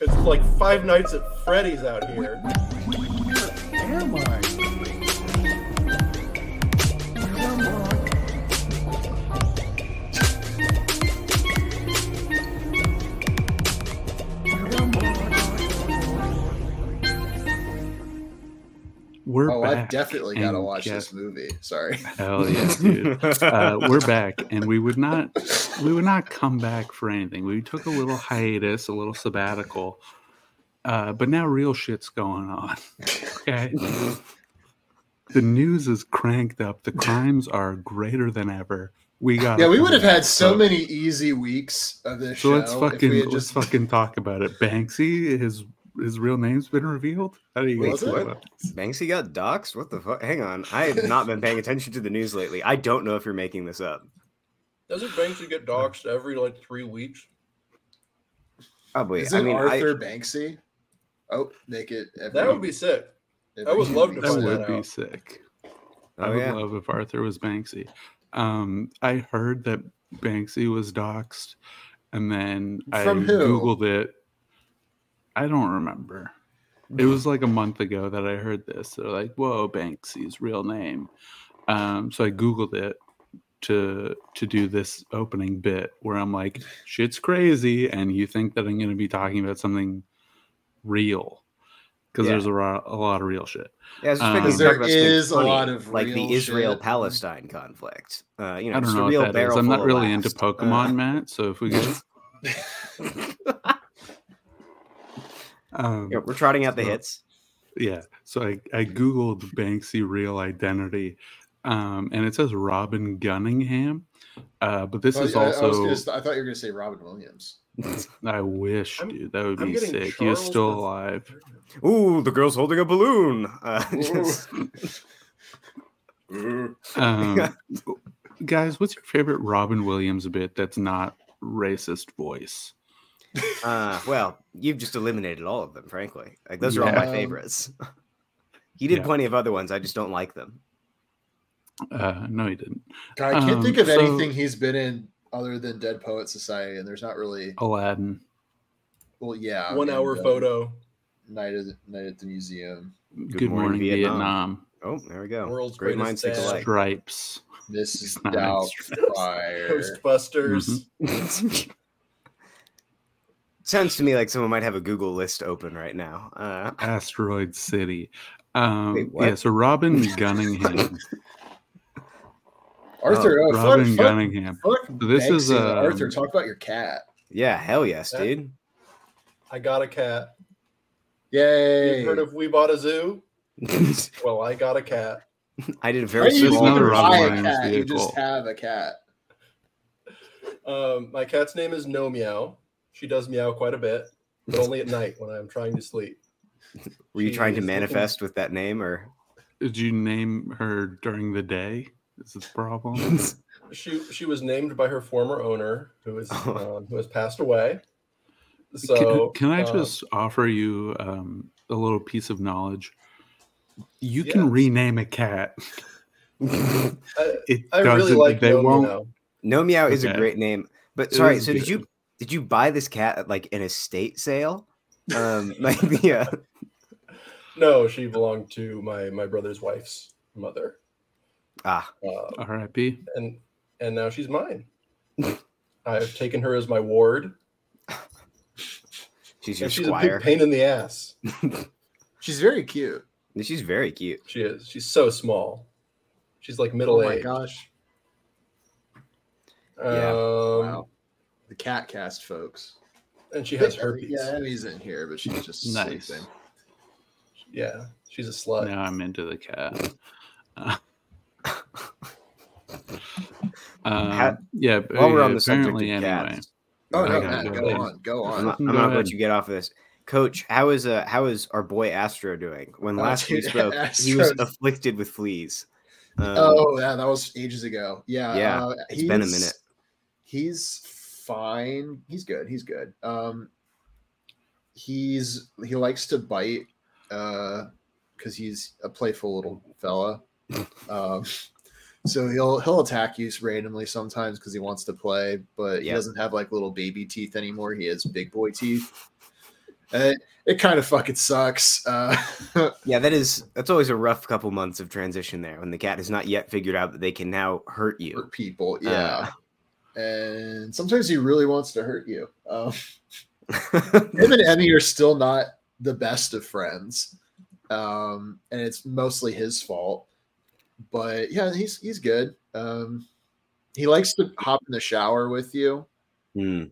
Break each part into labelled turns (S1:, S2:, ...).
S1: It's like five nights at Freddy's out here.
S2: Am I? Come on. Come on. We're
S3: Oh,
S2: back.
S3: I've definitely got to
S2: and
S3: watch
S2: guess
S3: this movie. Sorry.
S2: Hell yes, dude. uh, we're back, and we would not we would not come back for anything. We took a little hiatus, a little sabbatical, uh, but now real shit's going on. Okay, the news is cranked up. The crimes are greater than ever. We got
S3: Yeah, we would have had so many easy weeks of this
S2: So
S3: show
S2: let's
S3: if we
S2: fucking
S3: had
S2: let's
S3: just
S2: fucking talk about it. Banksy, his his real name's been revealed. How do you guys
S3: Was
S2: feel
S3: it?
S2: about?
S4: Banksy got doxxed? What the fuck? Hang on. I have not been paying attention to the news lately. I don't know if you're making this up.
S1: Doesn't Banksy get doxxed every like three weeks?
S4: Probably.
S3: Is
S4: Oh, I
S3: it
S4: mean,
S3: Arthur
S4: I,
S3: Banksy? Oh, make it.
S1: That would be sick. I would love to
S2: That
S1: find
S2: would
S1: that
S2: be
S1: out.
S2: sick. I
S4: oh,
S2: would
S4: yeah.
S2: love if Arthur was Banksy. Um, I heard that Banksy was doxxed, and then I
S3: From who?
S2: googled it. I don't remember. It was like a month ago that I heard this. They're like, "Whoa, Banksy's real name." Um, so I googled it to to do this opening bit where I'm like, "Shit's crazy," and you think that I'm going to be talking about something real because
S4: Yeah.
S2: there's a, ro- a lot of real shit.
S4: Yeah, I was just
S2: Um,
S4: figuring we'd talk
S2: Because
S4: about
S3: there
S4: something
S3: is a
S4: funny,
S3: lot of
S4: like
S3: real
S4: the
S3: shit.
S4: Israel Palestine conflict. Uh, you know,
S2: I don't
S4: just a
S2: know
S4: real
S2: what that is.
S4: barrel
S2: I'm not
S4: full of
S2: really into
S4: laughs. Uh, mm-hmm.
S2: Pokemon, Matt. So if we could, um,
S4: you know, we're trotting out the
S2: So-
S4: hits.
S2: um, yeah. So I, I googled Banksy real identity, um, and it says Robin Gunningham. Uh, but this
S3: Oh,
S2: is
S3: yeah, I- I, was
S2: also
S3: gonna st- I thought you were going to say Robin Williams.
S2: I, wish,
S1: I'm-
S2: dude, that would
S1: I'm
S2: be
S1: getting
S2: sick. He is
S1: Charles
S2: still
S1: Manson.
S2: alive.
S4: Ooh, the girl's holding a balloon. Uh, just-
S1: Mm-hmm.
S2: Um, guys, what's your favorite Robin Williams bit that's not racist voice?
S4: uh, well, you've just eliminated all of them, frankly. Like those are all my
S3: Yeah.
S4: favorites. He did
S2: Yeah.
S4: plenty of other ones. I just don't like them.
S2: Uh, no, he didn't.
S3: God, I can't
S2: Um,
S3: think of
S2: so-
S3: anything he's been in other than Dead Poet Society, and there's not really.
S2: Aladdin.
S3: Well, yeah,
S1: One
S3: and,
S1: hour
S3: uh,
S1: photo,
S3: Night at Night at the Museum.
S4: Morning,
S2: Good, morning,
S4: Vietnam.
S2: Vietnam.
S4: Oh, there we go.
S1: World's
S4: Great minds
S1: Greatest
S4: think
S1: Dad.
S4: alike.
S2: Stripes.
S3: Mrs.
S2: It's not
S3: Doubtfire.
S1: Ghostbusters.
S2: Mhm.
S4: Sounds to me like someone might have a Google list open right now. Uh,
S2: Asteroid City. Um,
S4: Wait, what?
S2: yeah, so Robin Gunningham.
S3: Arthur, oh, fuck,
S2: Robin
S3: fuck,
S2: Gunningham.
S3: fuck
S2: This is,
S3: Banksy
S2: um,
S3: and Arthur. Talk about your cat.
S4: yeah, hell yes,
S1: That-
S4: dude.
S1: I got a cat.
S3: Yay!
S1: You've heard of We Bought a Zoo? Well, I got a cat.
S4: I did a
S3: Why
S4: very
S3: do you
S2: small
S3: even
S2: Robin
S3: buy a
S2: Williams
S3: cat? You just
S2: vehicle.
S3: have a cat.
S1: Um, my cat's name is No Meow. She does meow quite a bit, but only at night when I'm trying to sleep.
S4: Were you trying to
S1: Jeez.
S4: manifest with that name or?
S2: Did you name her during the day? Is this the problem?
S1: She she was named by her former owner, who is
S4: Oh.
S1: um, who has passed away.
S2: Can-
S1: So
S2: can, I
S1: um,
S2: just offer you um, a little piece of knowledge? You
S1: Yeah.
S2: can rename a cat.
S1: I,
S2: It
S1: I
S2: doesn't.
S1: really like
S2: they
S1: No
S2: won't.
S1: Meow.
S4: no Meow is a
S2: Okay.
S4: great name, but
S2: It
S4: sorry.
S2: is
S4: So did
S2: good.
S4: you did you buy this cat at like an estate sale? Um, like the uh,
S1: No, she belonged to my my brother's wife's mother,
S4: ah,
S1: uh,
S2: R.I.P.
S1: and and now she's mine. I have taken her as my ward.
S4: she's your
S1: And she's a
S4: squire.
S1: big pain in the ass.
S3: She's very cute.
S4: she's very cute.
S1: She is. She's so small. She's like middle
S3: Oh my
S1: aged.
S3: gosh!
S1: Um,
S4: Yeah.
S3: Wow, the cat cast, folks.
S1: And she has herpes.
S3: Yeah, Emmy's in here, but she's just
S2: Nice.
S3: sleeping.
S1: Yeah, she's a slut.
S2: Now I'm into the cat. Uh, um,
S4: How-
S2: yeah, but
S4: While we're on the subject of
S2: apparently anyway.
S4: cats,
S3: Oh
S2: I
S3: no,
S2: gotta
S3: Matt,
S2: go.
S3: go on, go
S4: I'm
S3: on.
S4: not, I'm not
S2: Go
S4: gonna
S2: ahead.
S4: let you get off of this. Coach, how is uh how is our boy Astro doing? When
S3: Oh,
S4: last we
S3: dude,
S4: spoke, he was
S3: Astro's-
S4: afflicted with fleas. Um,
S3: Oh yeah, that was ages ago. Yeah,
S4: Yeah,
S3: uh,
S4: it's been a
S3: he's-
S4: minute.
S3: He's fine. He's good. He's good. Um, he's he likes to bite, uh, because he's a playful little fella. Um, so he'll he'll attack you randomly sometimes because he wants to play, but he
S4: Yeah.
S3: doesn't have like little baby teeth anymore. He has big boy teeth. Uh, it kind of fucking sucks. Uh,
S4: Yeah, that is that's always a rough couple months of transition there when the cat has not yet figured out that they can now hurt
S3: for
S4: you.
S3: people, yeah. and sometimes he really wants to hurt you. Um, him and Emmy are still not the best of friends, um, and it's mostly his fault. But yeah, he's he's good. Um, he likes to hop in the shower with you,
S4: Hmm.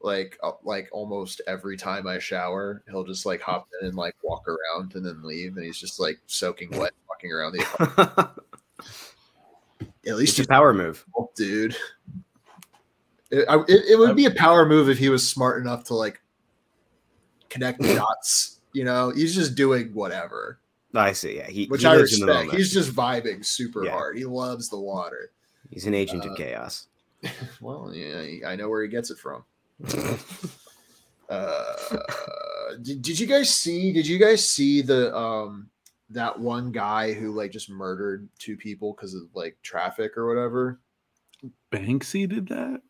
S3: like uh, like almost every time I shower, he'll just like hop in and like walk around and then leave, and he's just like soaking wet, walking around the. At least
S4: it's
S3: he's
S4: a power move.
S3: help, dude. It, I, it, it would be a power move if he was smart enough to like connect the dots. You know, he's just doing whatever,
S4: Oh, I see. Yeah, he,
S3: which
S4: he
S3: I
S4: lives in the
S3: respect.
S4: moment.
S3: He's just vibing super
S4: Yeah.
S3: hard. He loves the water.
S4: He's an agent
S3: uh,
S4: of chaos.
S3: Well, yeah, he- I know where he gets it from. uh, did, did you guys see? Did you guys see the um that one guy who like just murdered two people because of like traffic or whatever?
S2: Banksy did that.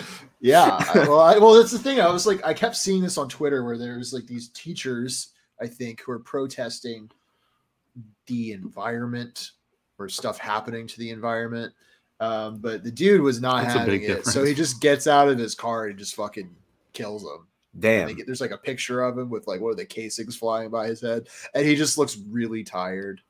S3: Yeah. I- well, I, well, that's the thing. I was like, I kept seeing this on Twitter where there was like these teachers, I think, who are protesting the environment or stuff happening to the environment. Um, but the dude was not
S2: That's a
S3: having it,
S2: big
S3: so
S2: difference.
S3: he just gets out of his car and just fucking kills him. And they
S4: Damn.
S3: get, there's like a picture of him with like one of the casings flying by his head, and he just looks really tired.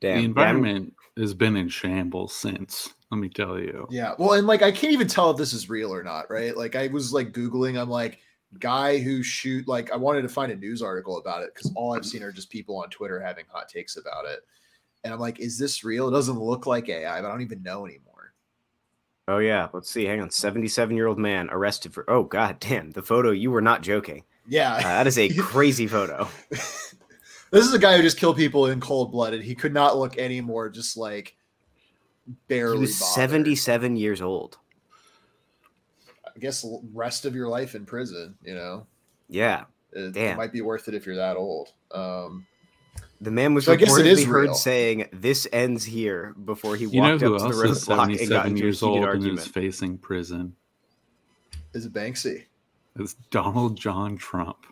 S4: Damn.
S2: the
S4: Yeah,
S2: environment has been in shambles since. Let me tell you.
S3: Yeah. Well, and like I can't even tell if this is real or not, right? Like I was like googling, I'm like guy who shoot like I wanted to find a news article about it cuz all I've seen are just people on Twitter having hot takes about it. And I'm like is this real? It doesn't look like AI, but I don't even know anymore.
S4: Oh yeah, let's see. Hang on. Seventy-seven-year-old man arrested for. Oh god, damn! The photo. You were not joking. Uh,
S3: Yeah.
S4: that is a crazy photo.
S3: this is a guy who just killed people in cold blooded. He could not look any more just like
S4: He
S3: barely
S4: was
S3: bothered.
S4: seventy-seven years old.
S3: I guess l- rest of your life in prison, you know.
S4: Yeah,
S3: It, it
S4: Damn.
S3: might be worth it if you're that old. Um
S4: the man was
S3: So I guess it
S4: reportedly
S3: is
S4: heard
S3: real.
S4: saying "This ends here" before he
S2: You know
S4: walked
S2: who
S4: up to the
S2: else is
S4: roadblock and got
S2: 77
S4: into a
S2: years
S4: heated
S2: old and is
S4: argument.
S2: facing prison?
S3: is it Banksy?
S2: It's Donald John Trump.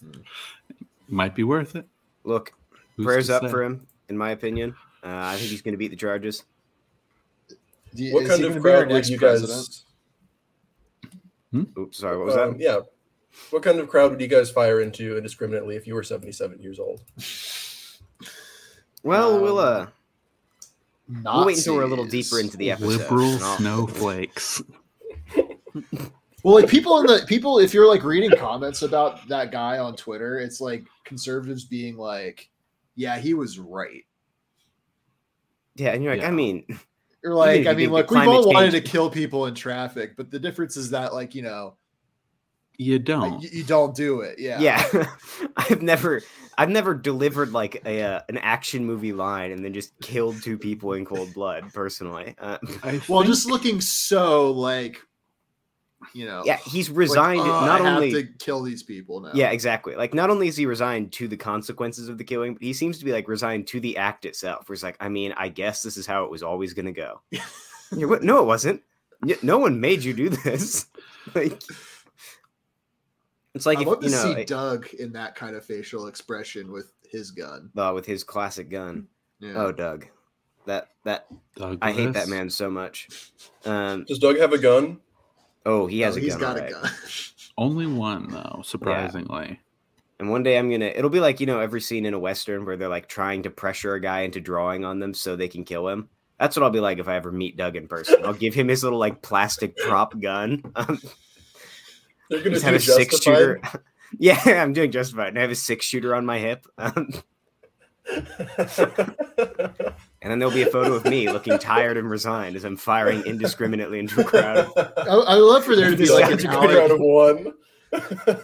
S3: Hmm.
S2: Might be worth it.
S4: Look,
S2: Who's
S4: prayers
S2: to
S4: up
S2: say?
S4: for him, in my opinion. Uh, I think he's going to beat the charges.
S3: Do you-
S1: What
S3: is he
S1: kind
S3: gonna
S1: of
S3: be our
S1: crowd would
S3: next
S1: you
S3: president?
S1: guys?
S4: Oops, sorry. What was
S3: Uh,
S1: um,
S4: that?
S1: yeah. What kind of crowd would you guys fire into indiscriminately if you were 77 years old?
S4: Well, we'll uh,
S3: um,
S4: we'll wait until we're a little
S3: Nazis.
S4: deeper into the episode.
S2: Liberal
S4: and I'll-
S2: snowflakes.
S3: Well, like people in the people, if you're like reading comments about that guy on Twitter, it's like conservatives being like, "Yeah, he was right."
S4: Yeah, and you're like,
S2: Yeah.
S4: I mean,
S3: Or
S4: Even if
S3: like,
S4: you
S3: I mean,
S4: think
S3: like
S4: that
S3: we've
S4: climate
S3: all wanted to
S4: change-
S3: kill people in traffic, but the difference is that like you know
S2: You
S3: like,
S2: don't.
S3: you, you don't do it. Yeah,
S4: yeah, I've never, I've never delivered like a uh, an action movie line and then just killed two people in cold blood. Personally, uh,
S2: I
S3: Well,
S2: think-
S3: just looking so like, you know,
S4: yeah,
S3: like,
S4: he's resigned.
S3: "Oh,
S4: not
S3: I
S4: only,
S3: have to kill these people now.
S4: yeah, exactly. Like, not only is he resigned to the consequences of the killing, but he seems to be like resigned to the act itself. Where he's like, I mean, I guess this is how it was always going to go. You're what? No, it wasn't. Y- No one made you do this. like, it's like
S3: I
S4: if
S3: love to
S4: you know, eh,
S3: see
S4: it-
S3: Doug in that kind of facial expression with his gun.
S4: uh, with his classic gun.
S3: Yeah.
S4: Oh, Doug, that that I hate that
S2: Douglas.
S4: man so much. Um,
S1: Does Doug have a gun?
S4: oh, he
S3: No,
S4: has a
S3: he's
S4: gun.
S3: got
S4: alright.
S3: a gun.
S2: Only one though, surprisingly.
S4: And one day I'm gonna. It'll be like you know every scene in a western where they're like trying to pressure a guy into drawing on them so they can kill him. That's what I'll be like if I ever meet Doug in person. I'll give him his little like plastic prop gun. Um,
S1: They're going to
S4: just have
S1: do
S4: a six
S1: justified.
S4: shooter. yeah, I'm doing just fine. And I have a six shooter on my hip, um, and then there'll be a photo of me looking tired and resigned as I'm firing indiscriminately into a crowd.
S3: I, I love for there to be
S1: It's
S3: like
S1: like
S3: an
S1: a crowd
S3: Alec.
S1: of one.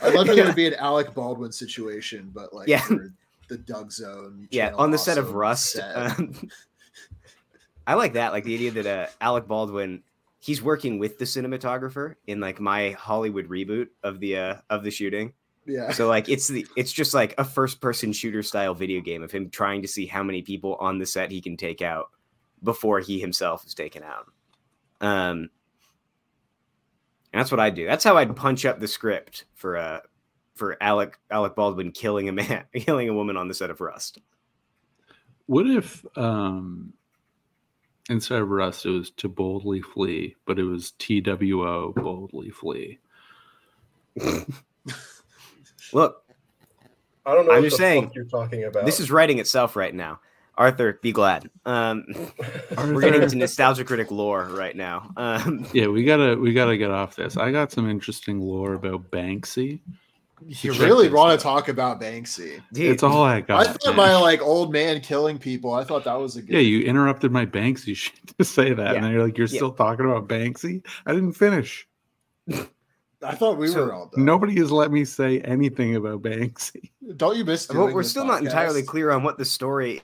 S3: I love for there to be an Alec Baldwin situation, but like
S4: Yeah.
S3: for the Doug Zone.
S4: yeah
S3: Channel
S4: on the set of
S3: Awesome
S4: rust
S3: set.
S4: um, i like that like the idea that uh, alec baldwin he's working with the cinematographer in like my hollywood reboot of the uh, of the shooting
S3: yeah,
S4: so like it's the it's just like a first person shooter style video game of him trying to see how many people on the set he can take out before he himself is taken out um And that's what I do. That's how I'd punch up the script for uh for Alec Alec Baldwin killing a man killing a woman on the set of Rust.
S2: What if um instead of Rust it was to boldly flee, but it was T W O boldly flee.
S4: Look,
S1: I don't know.
S4: I'm
S1: what
S4: just
S1: the fuck
S4: saying,
S1: you're talking about.
S4: this is writing itself right now. Arthur, be glad. Um, we're getting into nostalgia critic lore right now. Um,
S2: Yeah, we gotta we gotta get off this. I got some interesting lore about Banksy.
S3: You
S2: check
S3: really
S2: this
S3: want
S2: out.
S3: to talk about Banksy?
S4: dude,
S2: It's all I
S3: I
S2: got.
S3: thought
S2: man.
S3: my like old man killing people. I thought that was a good.
S2: yeah, you interrupted my Banksy shit to say that, and
S4: Yeah.
S2: then you're like, you're
S4: Yeah.
S2: still talking about Banksy. I didn't finish.
S3: I thought we
S4: So-
S3: were all done.
S2: Nobody has let me say anything about Banksy.
S3: don't you miss?
S4: well,
S3: doing
S4: we're
S3: this
S4: still not entirely
S3: podcast?
S4: clear on what the story.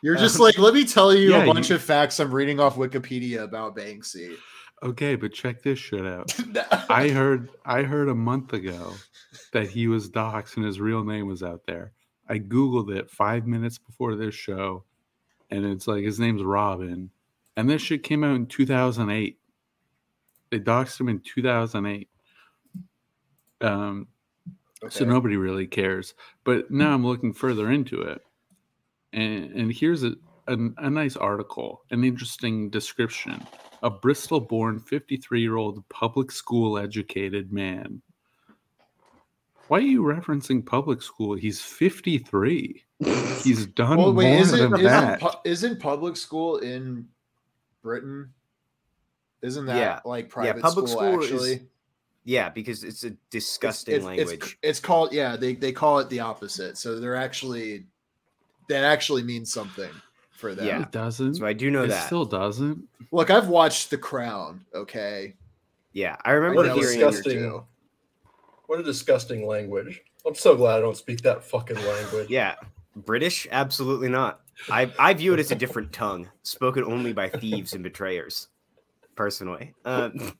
S3: You're just
S4: Um,
S3: like, let me tell you
S2: yeah,
S3: a bunch
S2: you-
S3: of facts I'm reading off Wikipedia about Banksy.
S2: Okay, but check this shit out.
S3: I,
S2: I heard I heard a month ago that he was doxxed and his real name was out there. I googled it five minutes before this show, and it's like his name's Robin, and this shit came out in 2008. They doxxed him in 2008. Um, so nobody really cares. But now I'm looking further into it, and and here's a an, a nice article, an interesting description. A Bristol-born 53-year-old public school-educated man. Why are you referencing public school? He's 53. He's done
S3: well, wait,
S2: more
S3: isn't
S2: than
S3: isn't,
S2: that.
S3: pu- isn't public school in Britain? Isn't that
S4: Yeah.
S3: like private
S4: public
S3: school,
S4: school is
S3: actually? It's-
S4: Yeah, because it's a disgusting
S3: it's, it's-
S4: language.
S3: It's, called yeah. They they call it the opposite. So they're actually that actually means something for them.
S4: Yeah.
S2: It doesn't.
S4: so I do know
S2: it
S4: that.
S2: still doesn't.
S3: Look, I've watched The Crown. Okay,
S4: yeah, I
S3: I
S4: remember
S1: know
S3: it's
S1: it's
S4: hearing. it.
S1: disgusting.
S3: too.
S1: what a disgusting language. I'm so glad I don't speak that fucking language.
S4: Yeah, British, absolutely not. I I view it as a different tongue, spoken only by thieves and betrayers. Personally, um,
S2: It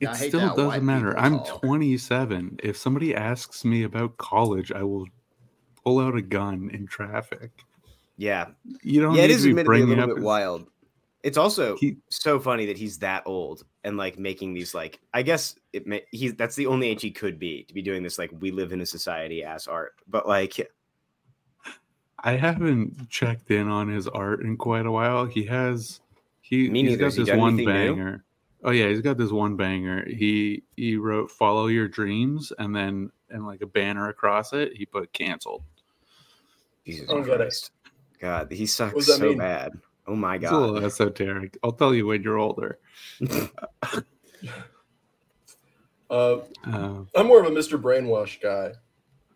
S3: Yeah, I hate
S2: still
S3: that white
S2: doesn't matter.
S3: people
S2: I'm
S3: talk.
S2: 27. If somebody asks me about college, I will pull out a gun in traffic.
S4: yeah,
S2: You don't
S4: yeah, it
S2: need
S4: is
S2: to be
S4: admittedly a
S2: bringing
S4: little
S2: up.
S4: bit wild. It's also
S2: He-
S4: so funny that he's that old and like making these like I guess it may, he's that's the only age he could be to be doing this like we live in a society ass art, but like
S2: I haven't checked in on his art in quite a while. He has he,
S4: Me
S2: he's
S4: neither.
S2: got
S4: Has he
S2: this
S4: done
S2: one
S4: anything new?
S2: banger. Oh yeah, he's got this one banger. He he wrote "Follow Your Dreams" and then and like a banner across it, he put "canceled."
S4: Jesus
S1: I don't get it.
S4: Christ, God, he sucks
S1: that
S4: so
S1: mean?
S4: bad. Oh my
S2: It's a
S4: God,
S2: little esoteric. I'll tell you when you're older.
S1: Uh,
S2: Uh,
S1: I'm more of a Mr. Brainwash guy.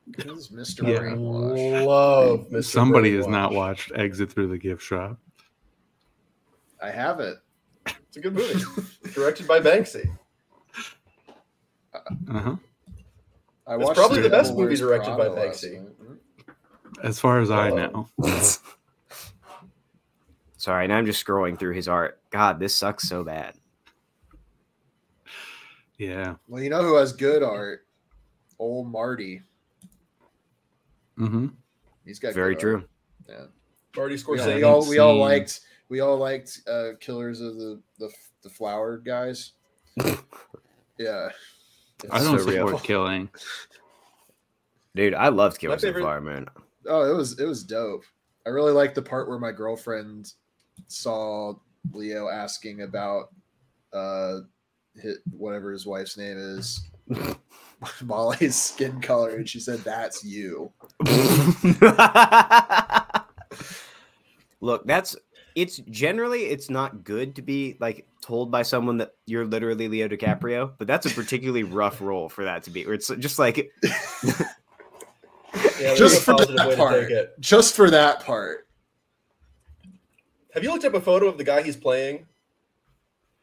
S3: This is Mr.
S2: Yeah.
S3: Brainwash.
S1: Love Mr.
S2: somebody has not
S1: Brainwash.
S2: watched "Exit Through the Gift Shop."
S3: I have it.
S1: It's a good movie, directed by Banksy.
S2: Uh-huh.
S3: I
S1: It's probably
S3: Three
S1: the best
S3: Little
S1: movie
S3: Wars
S1: directed by
S3: Prada last
S1: Banksy.
S3: night. Mhm.
S2: As far as I
S1: Oh.
S2: know,
S4: Sorry, now I'm just scrolling through his art. God, this sucks so bad.
S2: yeah.
S3: Well, you know who has good art? Old Marty.
S2: Mm-hmm.
S3: He's got
S4: Very
S3: good art.
S4: true.
S1: Marty
S3: We all,
S1: Scorsese.
S3: we all we all
S2: Seen-
S3: liked we all liked uh, Killers of the the, the Flower guys. yeah,
S2: I don't
S4: So real.
S2: support killing.
S4: Dude, I loved Killers of the
S1: favorite-
S4: Flower Moon.
S3: Oh, it was it was dope. I really liked the part where my girlfriend saw Leo asking about uh hit whatever his wife's name is. Molly's skin color, and she said, "That's you."
S4: Look, that's it's generally it's not good to be like told by someone that you're literally Leo DiCaprio, but that's a particularly rough role for that to be. Where it's just like
S1: Yeah,
S3: Just
S1: there's a
S3: for
S1: positive
S3: that
S1: way to
S3: part.
S1: take it.
S3: Just for that part,
S1: Have you looked up a photo of the guy he's playing?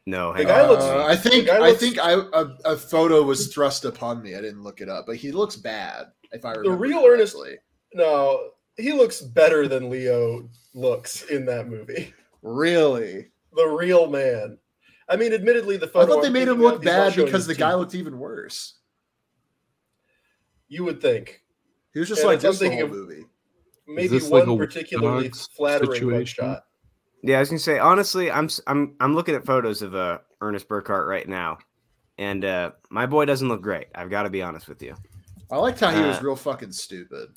S4: no,
S1: The
S4: hang
S1: guy
S4: on.
S1: looks-
S3: Uh, I think
S1: the guy
S3: I
S1: looks-
S3: think I a, a photo was thrust upon me. I didn't look it up, but he looks bad. If I remember
S1: real Ernest-
S3: correctly.
S1: No, he looks better than Leo looks in that movie.
S3: really.
S1: The real man. I mean, admittedly, the
S3: I
S1: photo
S3: thought they
S1: I'm
S3: made him
S1: thinking
S3: look
S1: of, he's not
S3: bad
S1: showing
S3: because the
S1: his
S3: guy
S1: teeth.
S3: looked even worse.
S1: You would think
S3: He was just
S1: And
S3: like
S1: if I'm
S3: this the whole
S1: thinking
S3: movie.
S1: maybe
S2: this like
S1: one
S2: a
S1: particularly
S2: Watchdogs
S1: flattering one
S2: situation?
S1: shot.
S4: Yeah, I was gonna say honestly, I'm s- I'm I'm looking at photos of uh Ernest Burkhart right now, And uh, my boy doesn't look great. I've got to be honest with you.
S3: I liked how he was
S1: Ah.
S4: Uh,
S3: real fucking stupid.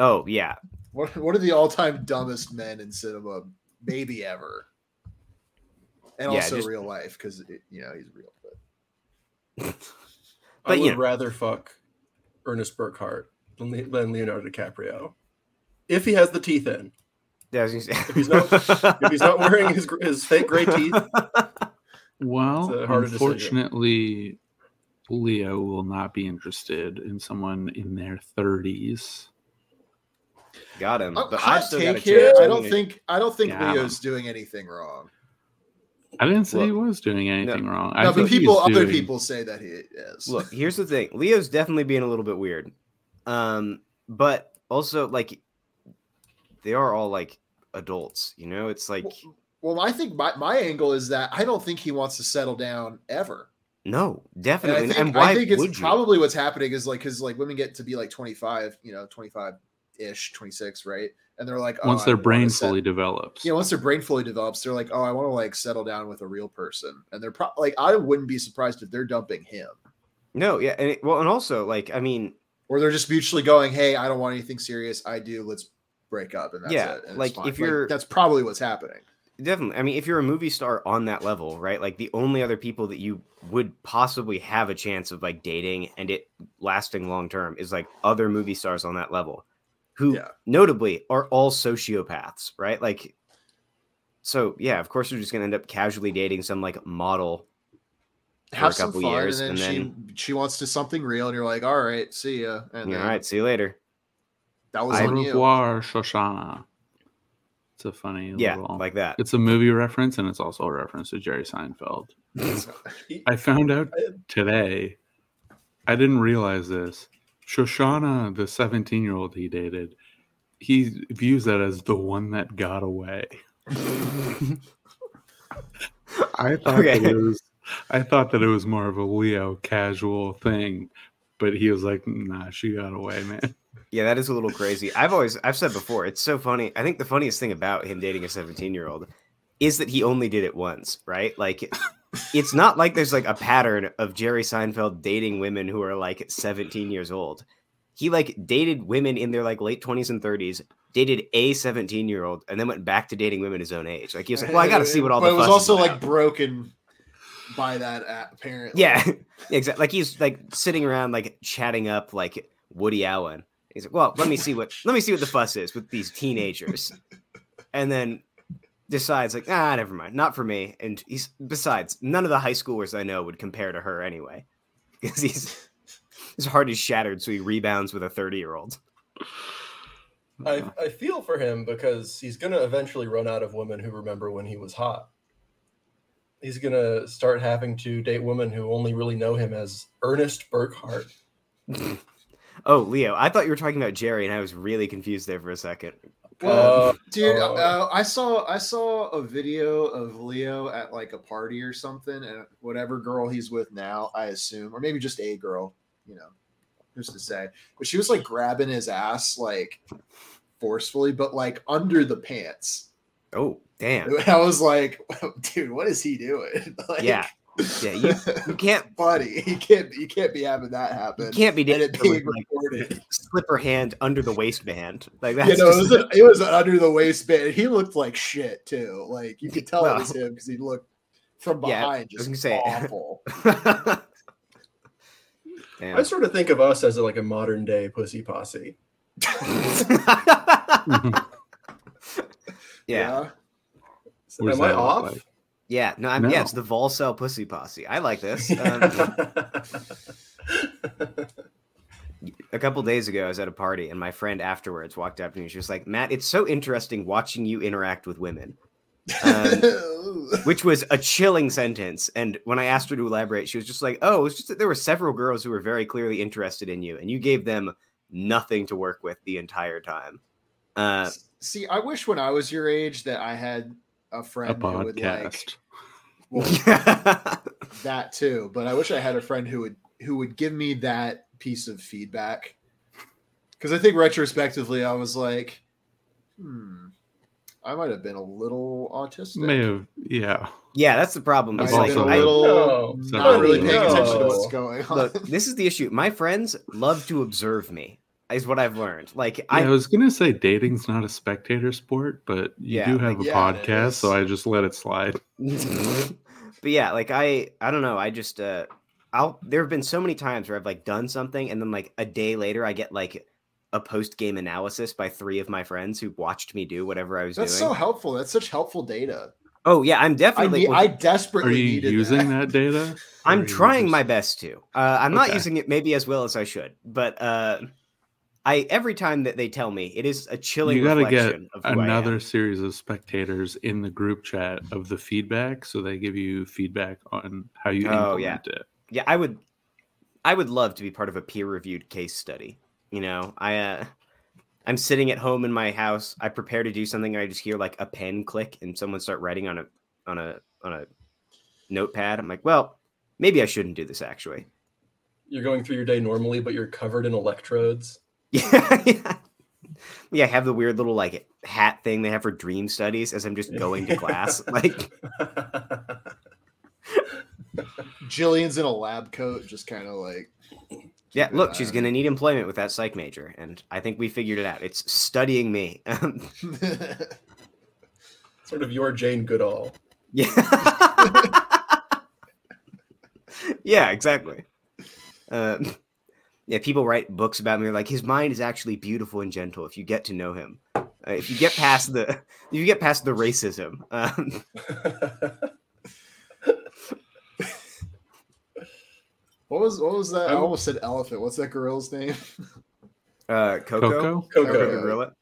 S4: Oh yeah,
S3: What what are the all time dumbest men in cinema, maybe ever, and
S4: Yeah,
S3: also
S4: just-
S3: real life because you know he's real. But
S1: I
S4: But,
S1: would
S4: you know-
S1: rather fuck Ernest Burkhart than Le- than Leonardo DiCaprio. If he has the teeth in,
S4: that was if
S1: he's not- if he's not wearing his, gr- his fake gray teeth,
S2: Well,
S1: It's a harder decision.
S2: unfortunately, Leo will not be interested in someone in their 30s.
S4: got him.
S3: Uh,
S4: But I
S3: hot
S4: still got
S3: take
S4: a
S3: here.
S4: chance.
S3: I
S4: I'm
S3: don't
S4: gonna-
S3: think I don't think
S2: Yeah.
S3: Leo's doing anything wrong.
S2: I didn't say he
S4: Look,
S2: was doing anything wrong. I
S3: no, but
S2: think he's
S3: people, other
S2: doing-
S3: people say that he is.
S4: Look, here's the thing. Leo's definitely being a little bit weird. Um, but also like they are all like adults, you know? It's like
S3: well, I think my, my angle is that I don't think he wants to settle down ever.
S4: no,
S3: And I
S4: definitely. And,
S3: think,
S4: why
S3: I think it's
S4: would you?
S3: probably what's happening is like because like women get to be like 25, you know, 25 ish, 26, right? And they're like, oh,
S2: once
S3: I
S2: their
S3: wanna
S2: brain
S3: set-
S2: fully develops.
S3: you know, once their brain fully develops, they're like, oh, I want to like settle down with a real person, and they're probably like, I wouldn't be surprised if they're dumping him,
S4: no, yeah, and it, well, and also like I mean,
S3: or they're just mutually going, hey, I don't want anything serious, I do, let's break up, and that's
S4: Yeah,
S3: it. and it's
S4: like,
S3: fine.
S4: if you're-
S3: that's probably what's happening.
S4: definitely. I mean, if you're a movie star on that level, right? Like the only other people that you would possibly have a chance of like dating and it lasting long term is like other movie stars on that level who
S3: Yeah.
S4: notably are all sociopaths, right? Like so yeah, of course you're just going to end up casually dating some like model
S3: have
S4: for a
S3: some
S4: couple
S3: fun,
S4: years,
S3: and then,
S4: and
S3: she she wants to something real, and you're like, all right, see ya. And
S4: All
S3: then
S4: right, see you later.
S3: that was
S4: I-
S2: Au
S3: on you.
S2: revoir, Shoshana. It's a funny
S4: Yeah,
S2: little.
S4: like that.
S2: it's a movie reference, and it's also a reference to Jerry Seinfeld.
S1: he-
S2: I found out today. I didn't realize this. Shoshana, the 17 year old he dated, he views that as the one that got away. I thought
S4: Okay.
S2: that it was I thought that it was more of a Leo casual thing, but he was like, nah, she got away, man.
S4: Yeah, that is a little crazy. I've always I've said before, it's so funny. I think the funniest thing about him dating a 17-year-old is that he only did it once, right? Like it's not like there's like a pattern of Jerry Seinfeld dating women who are like 17 years old. He like dated women in their like late 20s and 30s, dated a 17-year-old, and then went back to dating women his own age. Like he was like, Well, I gotta see what all
S3: But
S4: the
S3: it was
S4: fuss is
S3: also
S4: about."
S3: like broken by that app, apparently.
S4: Yeah, exactly. Like he's like sitting around like chatting up like Woody Allen. He's like, "Well, let me see what let me see what the fuss is with these teenagers," and then decides like, "Ah, never mind, not for me." And he's besides, none of the high schoolers I know would compare to her anyway, because he's his heart is shattered, so he rebounds with a thirty-year-old.
S1: I, I feel for him because he's going to eventually run out of women who remember when he was hot. He's going to start having to date women who only really know him as Ernest Burkhart.
S4: Oh, Leo, I thought you were talking about Jerry, and I was really confused there for a second.
S3: Well,
S1: Uh,
S3: dude,
S1: oh.
S3: uh, I saw I saw a video of Leo at like a party or something, and whatever girl he's with now, I assume, or maybe just a girl, you know, who's to say? But she was like grabbing his ass like forcefully, but like under the pants.
S4: Oh, damn.
S3: I was like, dude, what is he doing? Like,
S4: Yeah, yeah. You, you can't
S3: buddy, he can't you can't be having that
S4: you
S3: happen.
S4: can't be
S3: And
S4: dating
S3: it
S4: her with,
S3: being
S4: like,
S3: recorded.
S4: slip her hand under the waistband. Like that's
S3: You know, it
S4: just-
S3: was, an, it was an under the waistband. He looked like shit too. Like you could tell
S4: Well-
S3: it was him because he looked from
S4: Yeah,
S3: behind
S4: was
S3: just
S4: gonna say-
S3: awful.
S1: I sort of think of us as like a modern day pussy posse.
S4: Damn. yeah.
S1: So
S2: What does
S1: am I
S2: that look
S1: off?
S2: like?
S4: Yeah. No, I'm, yeah, it's
S2: No.
S4: the Volcel Pussy Posse. I like this. Um, a couple days ago, I was at a party, and my friend afterwards walked up to me. She was like, Matt, it's so interesting watching you interact with women. Um, which was a chilling sentence. And when I asked her to elaborate, she was just like, "Oh, it's just that there were several girls who were very clearly interested in you, and you gave them nothing to work with the entire time." Uh,
S3: See, I wish when I was your age that I had a
S2: a
S3: friend who would like
S2: podcast.
S3: well, that too but i wish i had a friend who would who would give me that piece of feedback because i think retrospectively i was like hmm I might have been a little autistic.
S2: May have, yeah.
S4: Yeah, that's the problem.
S3: Might
S2: I've
S4: It's
S3: have
S4: like,
S3: been a
S2: also-
S4: I-
S3: little
S1: No.
S3: not really paying
S1: No.
S3: attention to what's going on.
S4: look, this is the issue. My friends love to observe me, is what I've learned. Like
S2: I,
S4: I
S2: was gonna say dating's not a spectator sport, but you
S4: Yeah,
S2: do have a
S1: yeah, it
S2: podcast, so
S1: is.
S2: I just let it slide.
S4: but yeah, like I I don't know, I just uh I'll there have been so many times where I've like done something and then like a day later I get like a post game analysis by three of my friends who watched me do whatever I was
S3: That's
S4: doing.
S3: so helpful. That's such helpful data.
S4: oh yeah, I'm
S3: I,
S4: definitely
S3: need,
S4: well,
S3: I
S2: Are
S3: desperately
S2: you
S3: needed
S2: using that, data? Or are
S4: I'm
S2: you
S4: trying
S2: just-
S4: my best to. Uh, I'm not
S2: Okay.
S4: using it maybe as well as I should, but uh, I every time that they tell me, it is a chilling
S2: You gotta get
S4: reflection of who I
S2: Another
S4: am.
S2: series of spectators in the group chat of the feedback, so they give you feedback on how you
S4: Oh,
S2: implement
S4: yeah.
S2: it.
S4: Yeah, I would, I would love to be part of a peer-reviewed case study. You know, I, uh, I'm sitting at home in my house. I prepare to do something, and I just hear like a pen click, and someone start writing on a on a on a notepad. I'm like, well, maybe I shouldn't do this actually.
S1: You're going through your day normally, but you're covered in electrodes.
S4: Yeah, yeah. Yeah, I have the weird little like hat thing they have for dream studies as I'm just going to class. Like,
S3: Jillian's in a lab coat, just kind of like
S4: yeah, look, she's
S3: Uh,
S4: gonna need employment with that psych major, and I think we figured it out. It's studying me. Um,
S1: sort of your Jane Goodall.
S4: yeah, yeah, exactly. Um, yeah, people write books about me. they're Like, his mind is actually beautiful and gentle if you get to know him. Uh, if you get past the, if you get past the racism. Um,
S3: what was what was that? i
S1: I'm-
S3: almost said elephant. What's that gorilla's name?
S4: uh, Coco,
S2: Coco,
S1: Coco.
S3: Okay.
S4: Coco Gorilla.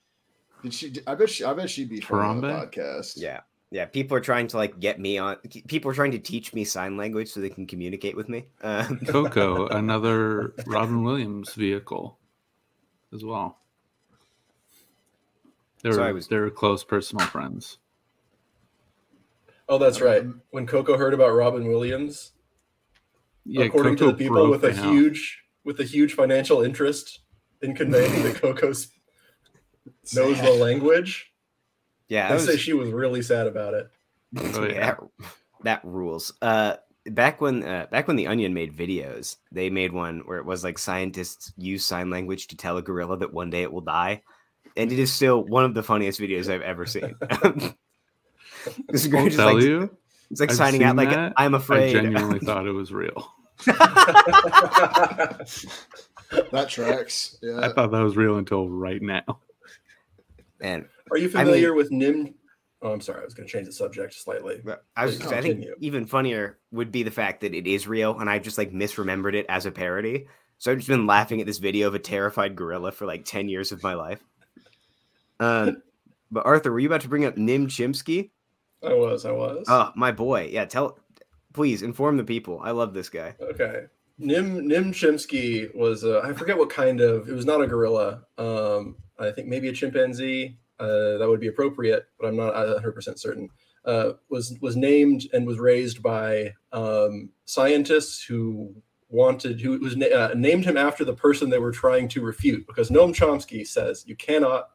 S3: Did she? I bet she. I bet she'd be fun on the
S2: Harambe?
S3: podcast.
S4: Yeah. Yeah. People are trying to like get me on. People are trying to teach me sign language so they can communicate with me. Um,
S2: Coco, another Robin Williams vehicle, as well. They were
S4: So I was-
S2: they were close personal friends.
S1: Oh, that's
S3: Uh-huh.
S1: right. When Coco heard about Robin Williams, according to the people
S2: broke
S1: with a
S2: down.
S1: huge with a huge financial interest in conveying that Coco s- knows the language,
S4: yeah.
S1: they
S4: that was-
S1: say she was really sad about it.
S2: Oh,
S4: yeah,
S2: yeah.
S4: That, that rules. Uh, back when uh, back when the Onion made videos, they made one where it was like scientists use sign language to tell a gorilla that one day it will die, and it is still one of the funniest videos I've ever seen. this
S2: I'll
S4: gorilla just
S2: tell
S4: like,
S2: you,
S4: it's like
S2: I've
S4: signing out
S2: seen
S4: like
S2: that.
S4: I'm
S2: I
S4: afraid.
S2: genuinely thought it was real.
S3: that tracks.
S2: I
S3: Yeah,
S2: thought that was real until right now.
S4: and
S1: Are you
S4: I mean-
S1: familiar with Nim? Oh, I'm sorry. I was going to change the subject slightly.
S4: But I was
S1: Please
S4: just, I think
S1: continue.
S4: even funnier would be the fact that it is real and I've just like misremembered it as a parody. So I've just been laughing at this video of a terrified gorilla for like 10 years of my life. Um, but Arthur, were you about to bring up Nim Chimpsky?
S1: I was. I was.
S4: Oh, my boy. Yeah, tell please inform the people. I love this guy.
S1: Okay. Nim Nim Chimpsky was uh, I forget what kind of it was not a gorilla. Um, I think maybe a chimpanzee. Uh, that would be appropriate, but I'm not 100 percent certain. Uh, was was named and was raised by um, scientists who wanted who was na- uh, named him after the person they were trying to refute because Noam Chomsky says you cannot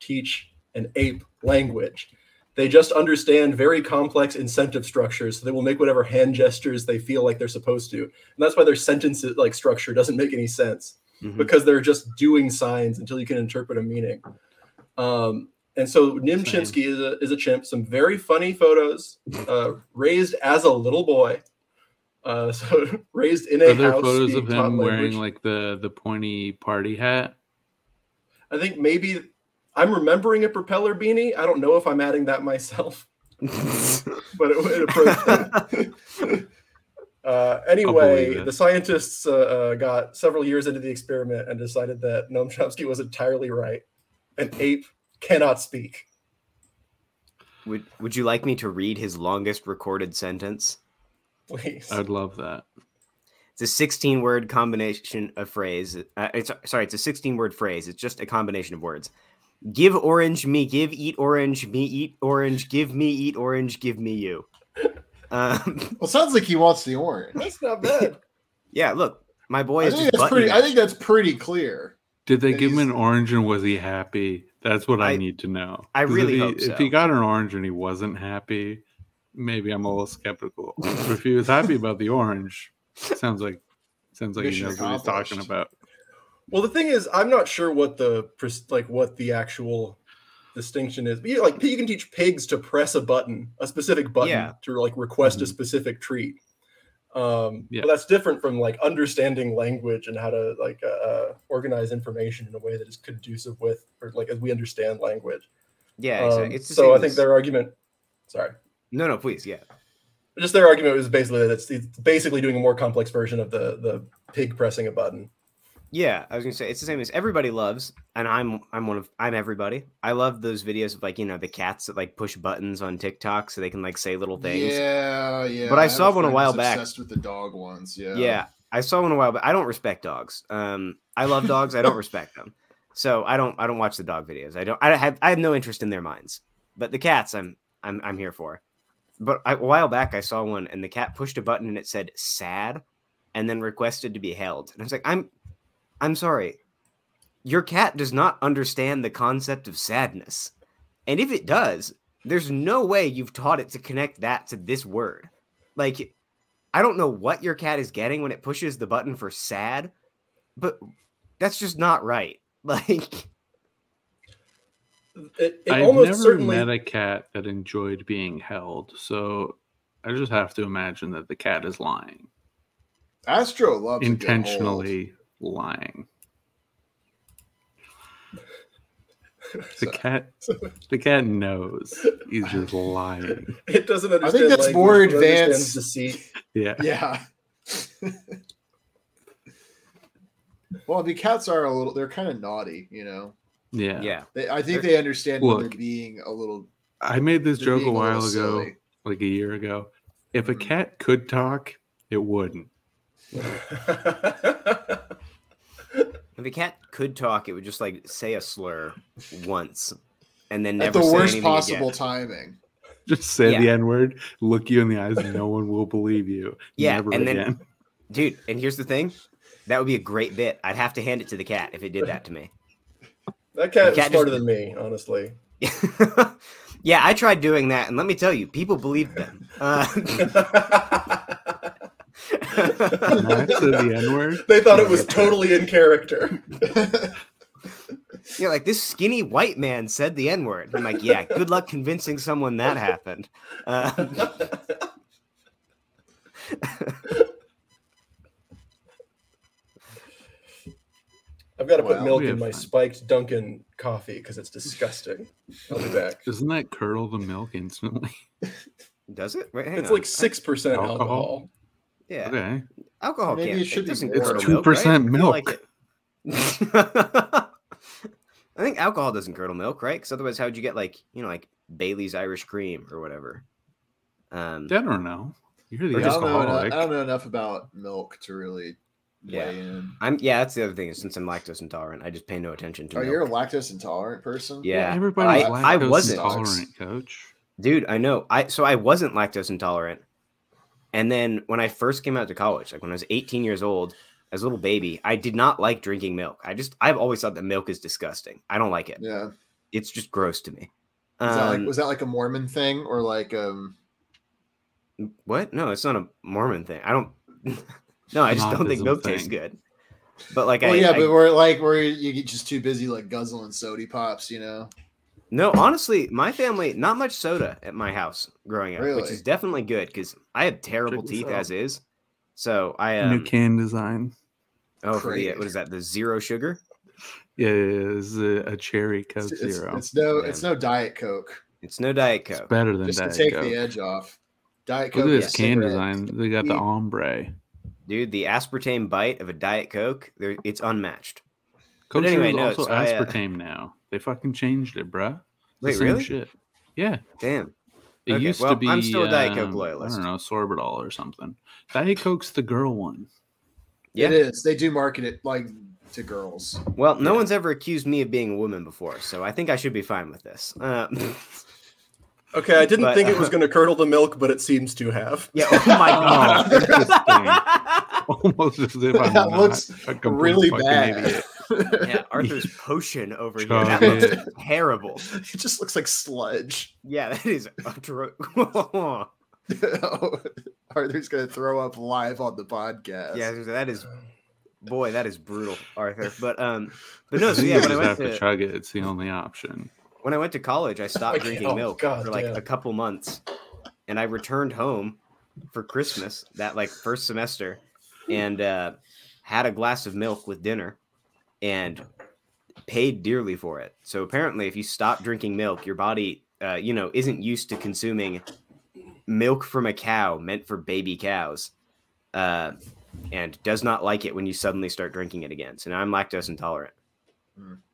S1: teach an ape language. They just understand very complex incentive structures, so they will make whatever hand gestures they feel like they're supposed to. And that's why their sentence like structure doesn't make any sense
S4: Mhm.
S1: because they're just doing signs until you can interpret a meaning. Um, and so Nim
S2: Same.
S1: Chimpsky is a, is a chimp. Some very funny photos uh, raised as a little boy. Uh, so raised in a
S2: Are there
S1: house.
S2: photos
S1: being
S2: of
S1: taught
S2: him wearing
S1: language.
S2: like the the pointy party hat?
S1: I think maybe I'm remembering a propeller beanie. I don't know if I'm adding that myself, but it, it approached that. Uh, anyway,
S2: it.
S1: the scientists uh, uh, got several years into the experiment and decided that Noam Chomsky was entirely right. An ape cannot speak.
S4: would would you like me to read his longest recorded sentence?
S1: Please.
S2: I'd love that.
S4: It's a 16 word combination of phrase. Uh, it's sorry, it's a 16 word phrase. It's just a combination of words. Give orange, me give, eat orange, me eat orange, give me, eat orange, give me you. Um,
S3: Well, sounds like he wants the orange.
S1: That's not bad.
S4: yeah, look, my boy
S3: I
S4: is
S3: think
S4: just
S3: that's
S4: button
S3: pretty. I
S4: mashed.
S3: think that's pretty clear.
S2: Did they
S3: And
S2: give him
S3: he's-
S2: an orange and was he happy? That's what I,
S4: I-
S2: need to know.
S4: I
S2: 'Cause if
S4: really
S2: he-
S4: hope so.
S2: If he got an orange and he wasn't happy, maybe I'm a little skeptical. but if he was happy about the orange, sounds like sounds like he
S3: Mission
S2: knows what he's talking
S3: accomplished.
S2: about.
S1: Well, the thing is, I'm not sure what the pres- like what the actual distinction is. You know, like you can teach pigs to press a button, a specific button
S4: Yeah.
S1: to like request a
S2: Mhm.
S1: specific treat. Um,
S2: Yeah.
S1: But that's different from like understanding language and how to like uh, uh, organize information in a way that is conducive with, or like as we understand language.
S4: Yeah,
S1: Um,
S4: exactly. It's the
S1: so
S4: same
S1: I think
S4: as-
S1: their argument. Sorry.
S4: No, no, please, yeah.
S1: Just their argument was basically that it's, it's basically doing a more complex version of the the pig pressing a button.
S4: Yeah, I was gonna say it's the same as everybody loves, and I'm I'm one of I'm everybody. I love those videos of like you know the cats that like push buttons on TikTok so they can like say little things.
S3: Yeah, yeah.
S4: But I
S3: have
S4: saw one a
S3: friend
S4: while
S3: who's
S4: back.
S3: Obsessed with the dog ones. Yeah.
S4: Yeah. I saw one a while, but I don't respect dogs. Um, I love dogs. I don't respect them, so I don't I don't watch the dog videos. I don't I have I have no interest in their minds, but the cats I'm I'm I'm here for. But I, a while back, I saw one, and the cat pushed a button, and it said "sad," and then requested to be held. And I was like, I'm I'm sorry, your cat does not understand the concept of sadness, and if it does, there's no way you've taught it to connect that to this word, like. I don't know what your cat is getting when it pushes the button for sad, but that's just not right. Like,
S1: It, it
S2: I've never
S1: almost certainly
S2: met a cat that enjoyed being held, so I just have to imagine that the cat is lying,
S3: Astro loves a good hold.
S2: intentionally lying. The
S3: So-
S2: cat, the cat knows he's just lying.
S1: It doesn't understand.
S3: that's
S1: language,
S3: more
S1: it understands
S3: advanced.
S1: Deceit.
S2: Yeah,
S3: Yeah. well, the cats are a little. They're kind of naughty, you know.
S2: yeah.
S4: yeah.
S3: They, I think they understand when they're
S2: Look.
S3: being a little.
S2: I made this
S3: they're
S2: joke
S3: being
S2: a while
S3: little
S2: ago,
S3: silly.
S2: like a year ago. If a
S4: Mm-hmm.
S3: Mhm.
S2: cat could talk, it wouldn't.
S4: If a cat could talk, it would just like say a slur once and then
S3: at
S4: never
S3: the
S4: say
S3: worst
S4: anything
S3: possible
S4: again.
S3: timing.
S2: Just say the
S4: Yeah.
S2: N word, look you in the eyes, and no one will believe you.
S4: Yeah,
S2: Never
S4: and then-
S2: again.
S4: Dude, and here's the thing that would be a great bit. I'd have to hand it to the cat if it did that to me.
S1: that cat
S4: The cat
S1: is smarter than
S4: just-
S1: me, honestly.
S4: yeah, I tried doing that, and let me tell you, people believed them. Uh,
S2: When I said the N word.
S1: they thought it was totally in character.
S4: You're like, this skinny white man said the N word. I'm like, yeah, good luck convincing someone that happened. Um,
S1: I've got to put
S3: Wow.
S1: milk
S2: We
S1: in
S2: have
S1: my
S2: fun.
S1: spiked Dunkin' coffee because it's disgusting. I'll be back.
S2: Doesn't that curdle the milk instantly?
S4: does it? Wait, hang
S1: It's
S4: on.
S1: like six percent
S2: Alcohol?
S1: alcohol.
S4: yeah,
S2: Okay.
S4: alcohol
S3: Maybe
S4: can't.
S3: it should be
S4: doesn't
S3: more.
S4: curdle
S3: It's
S4: milk, right?
S2: 2%
S4: I feel like
S2: milk.
S4: it- I think alcohol doesn't curdle milk, right? Because otherwise, how would you get like you know like Bailey's Irish cream or whatever? Um,
S2: I don't know. You're
S3: I
S2: the
S3: don't, know enough, I
S2: alcoholic.
S3: don't know enough about milk to really
S4: Yeah.
S3: weigh in.
S4: I'm yeah. That's the other thing. Is since I'm lactose intolerant, I just pay no attention to
S3: Are
S4: milk.
S3: you a lactose intolerant person?
S4: yeah,
S2: Everybody's
S4: I-
S2: lactose
S4: I wasn't.
S2: intolerant, coach.
S4: Dude, I know. I so I wasn't lactose intolerant. And then when I first came out to college, like when I was 18 years old, as a little baby, I did not like drinking milk. I just I've always thought that milk is disgusting. I don't like it.
S3: Yeah. Is
S4: It's just gross to me.
S3: that
S4: Um,
S3: like, was that like a Mormon thing or like um?
S4: what? No, it's not a Mormon thing. I don't No, I just don't think
S2: Monism
S4: milk tastes
S2: thing.
S4: good. But like
S3: well,
S4: I,
S3: yeah,
S4: I-
S3: but we're like we're you get just too busy like guzzling sody pops, you know.
S4: No, honestly, my family not much soda at my house growing up, which
S3: Really?
S4: is definitely good because I have terrible
S2: this
S4: teeth
S2: out.
S4: as is. So I
S2: New
S4: um,
S2: can design.
S4: oh for the,
S3: Great.
S4: what is that the zero sugar?
S2: Yeah, is a, a cherry Coke
S3: It's, it's,
S2: Zero.
S3: it's no, it's no diet coke.
S4: It's no Diet
S2: It's
S4: Coke.
S2: better than
S3: Just
S2: Diet
S3: to take
S2: Coke.
S3: the edge off. Diet coke.
S2: Look at
S3: is
S2: this can
S3: cigarette.
S2: design. They got the
S3: Mm.
S2: ombre.
S4: Dude, the aspartame bite of a Diet Coke, there- it's unmatched.
S2: Coke
S4: anyway,
S2: Zero's
S4: no,
S2: also
S4: so I, uh,
S2: aspartame now. They fucking changed it, bruh. It's the
S4: Wait,
S2: same
S4: really?
S2: shit. Yeah,
S4: Damn.
S2: it
S4: Okay,
S2: used
S4: well,
S2: to be.
S4: I'm still a Diet Coke
S2: um, I
S4: loyalist.
S2: don't know, sorbitol or something. Diet Coke's the girl one.
S4: Yeah.
S3: It is. They do market it like to girls.
S4: Well, no one's ever accused me of being a woman before, so I think I should be fine with this. Uh,
S1: Okay, I didn't
S4: But,
S1: think it was
S4: uh,
S1: going to curdle the milk, but it seems to have.
S4: yeah. Oh my
S2: Oh,
S4: god.
S2: interesting. Almost as if I'm
S3: that
S2: not
S3: looks
S2: a complete
S3: really
S2: fucking
S3: bad.
S2: idiot.
S4: yeah. Arthur's potion over here.
S2: Chug
S4: That looks
S2: it.
S4: terrible.
S3: It just looks like sludge.
S4: Yeah, that is atro-
S3: Arthur's gonna throw up live on the podcast.
S4: Yeah, that is boy, that is brutal, Arthur. But um but no, so yeah,
S2: you
S4: when I
S2: just
S4: went
S2: have
S4: to
S2: to chug it. It's the only option.
S4: when I went to college, I stopped
S1: Okay,
S4: drinking
S1: oh,
S4: milk
S1: God
S4: for like
S1: damn.
S4: a couple months, and I returned home for Christmas that like first semester, and uh, had a glass of milk with dinner, and paid dearly for it. So apparently, if you stop drinking milk, your body, uh, you know, isn't used to consuming milk from a cow meant for baby cows, uh, and does not like it when you suddenly start drinking it again. So now I'm lactose intolerant.
S2: Sounds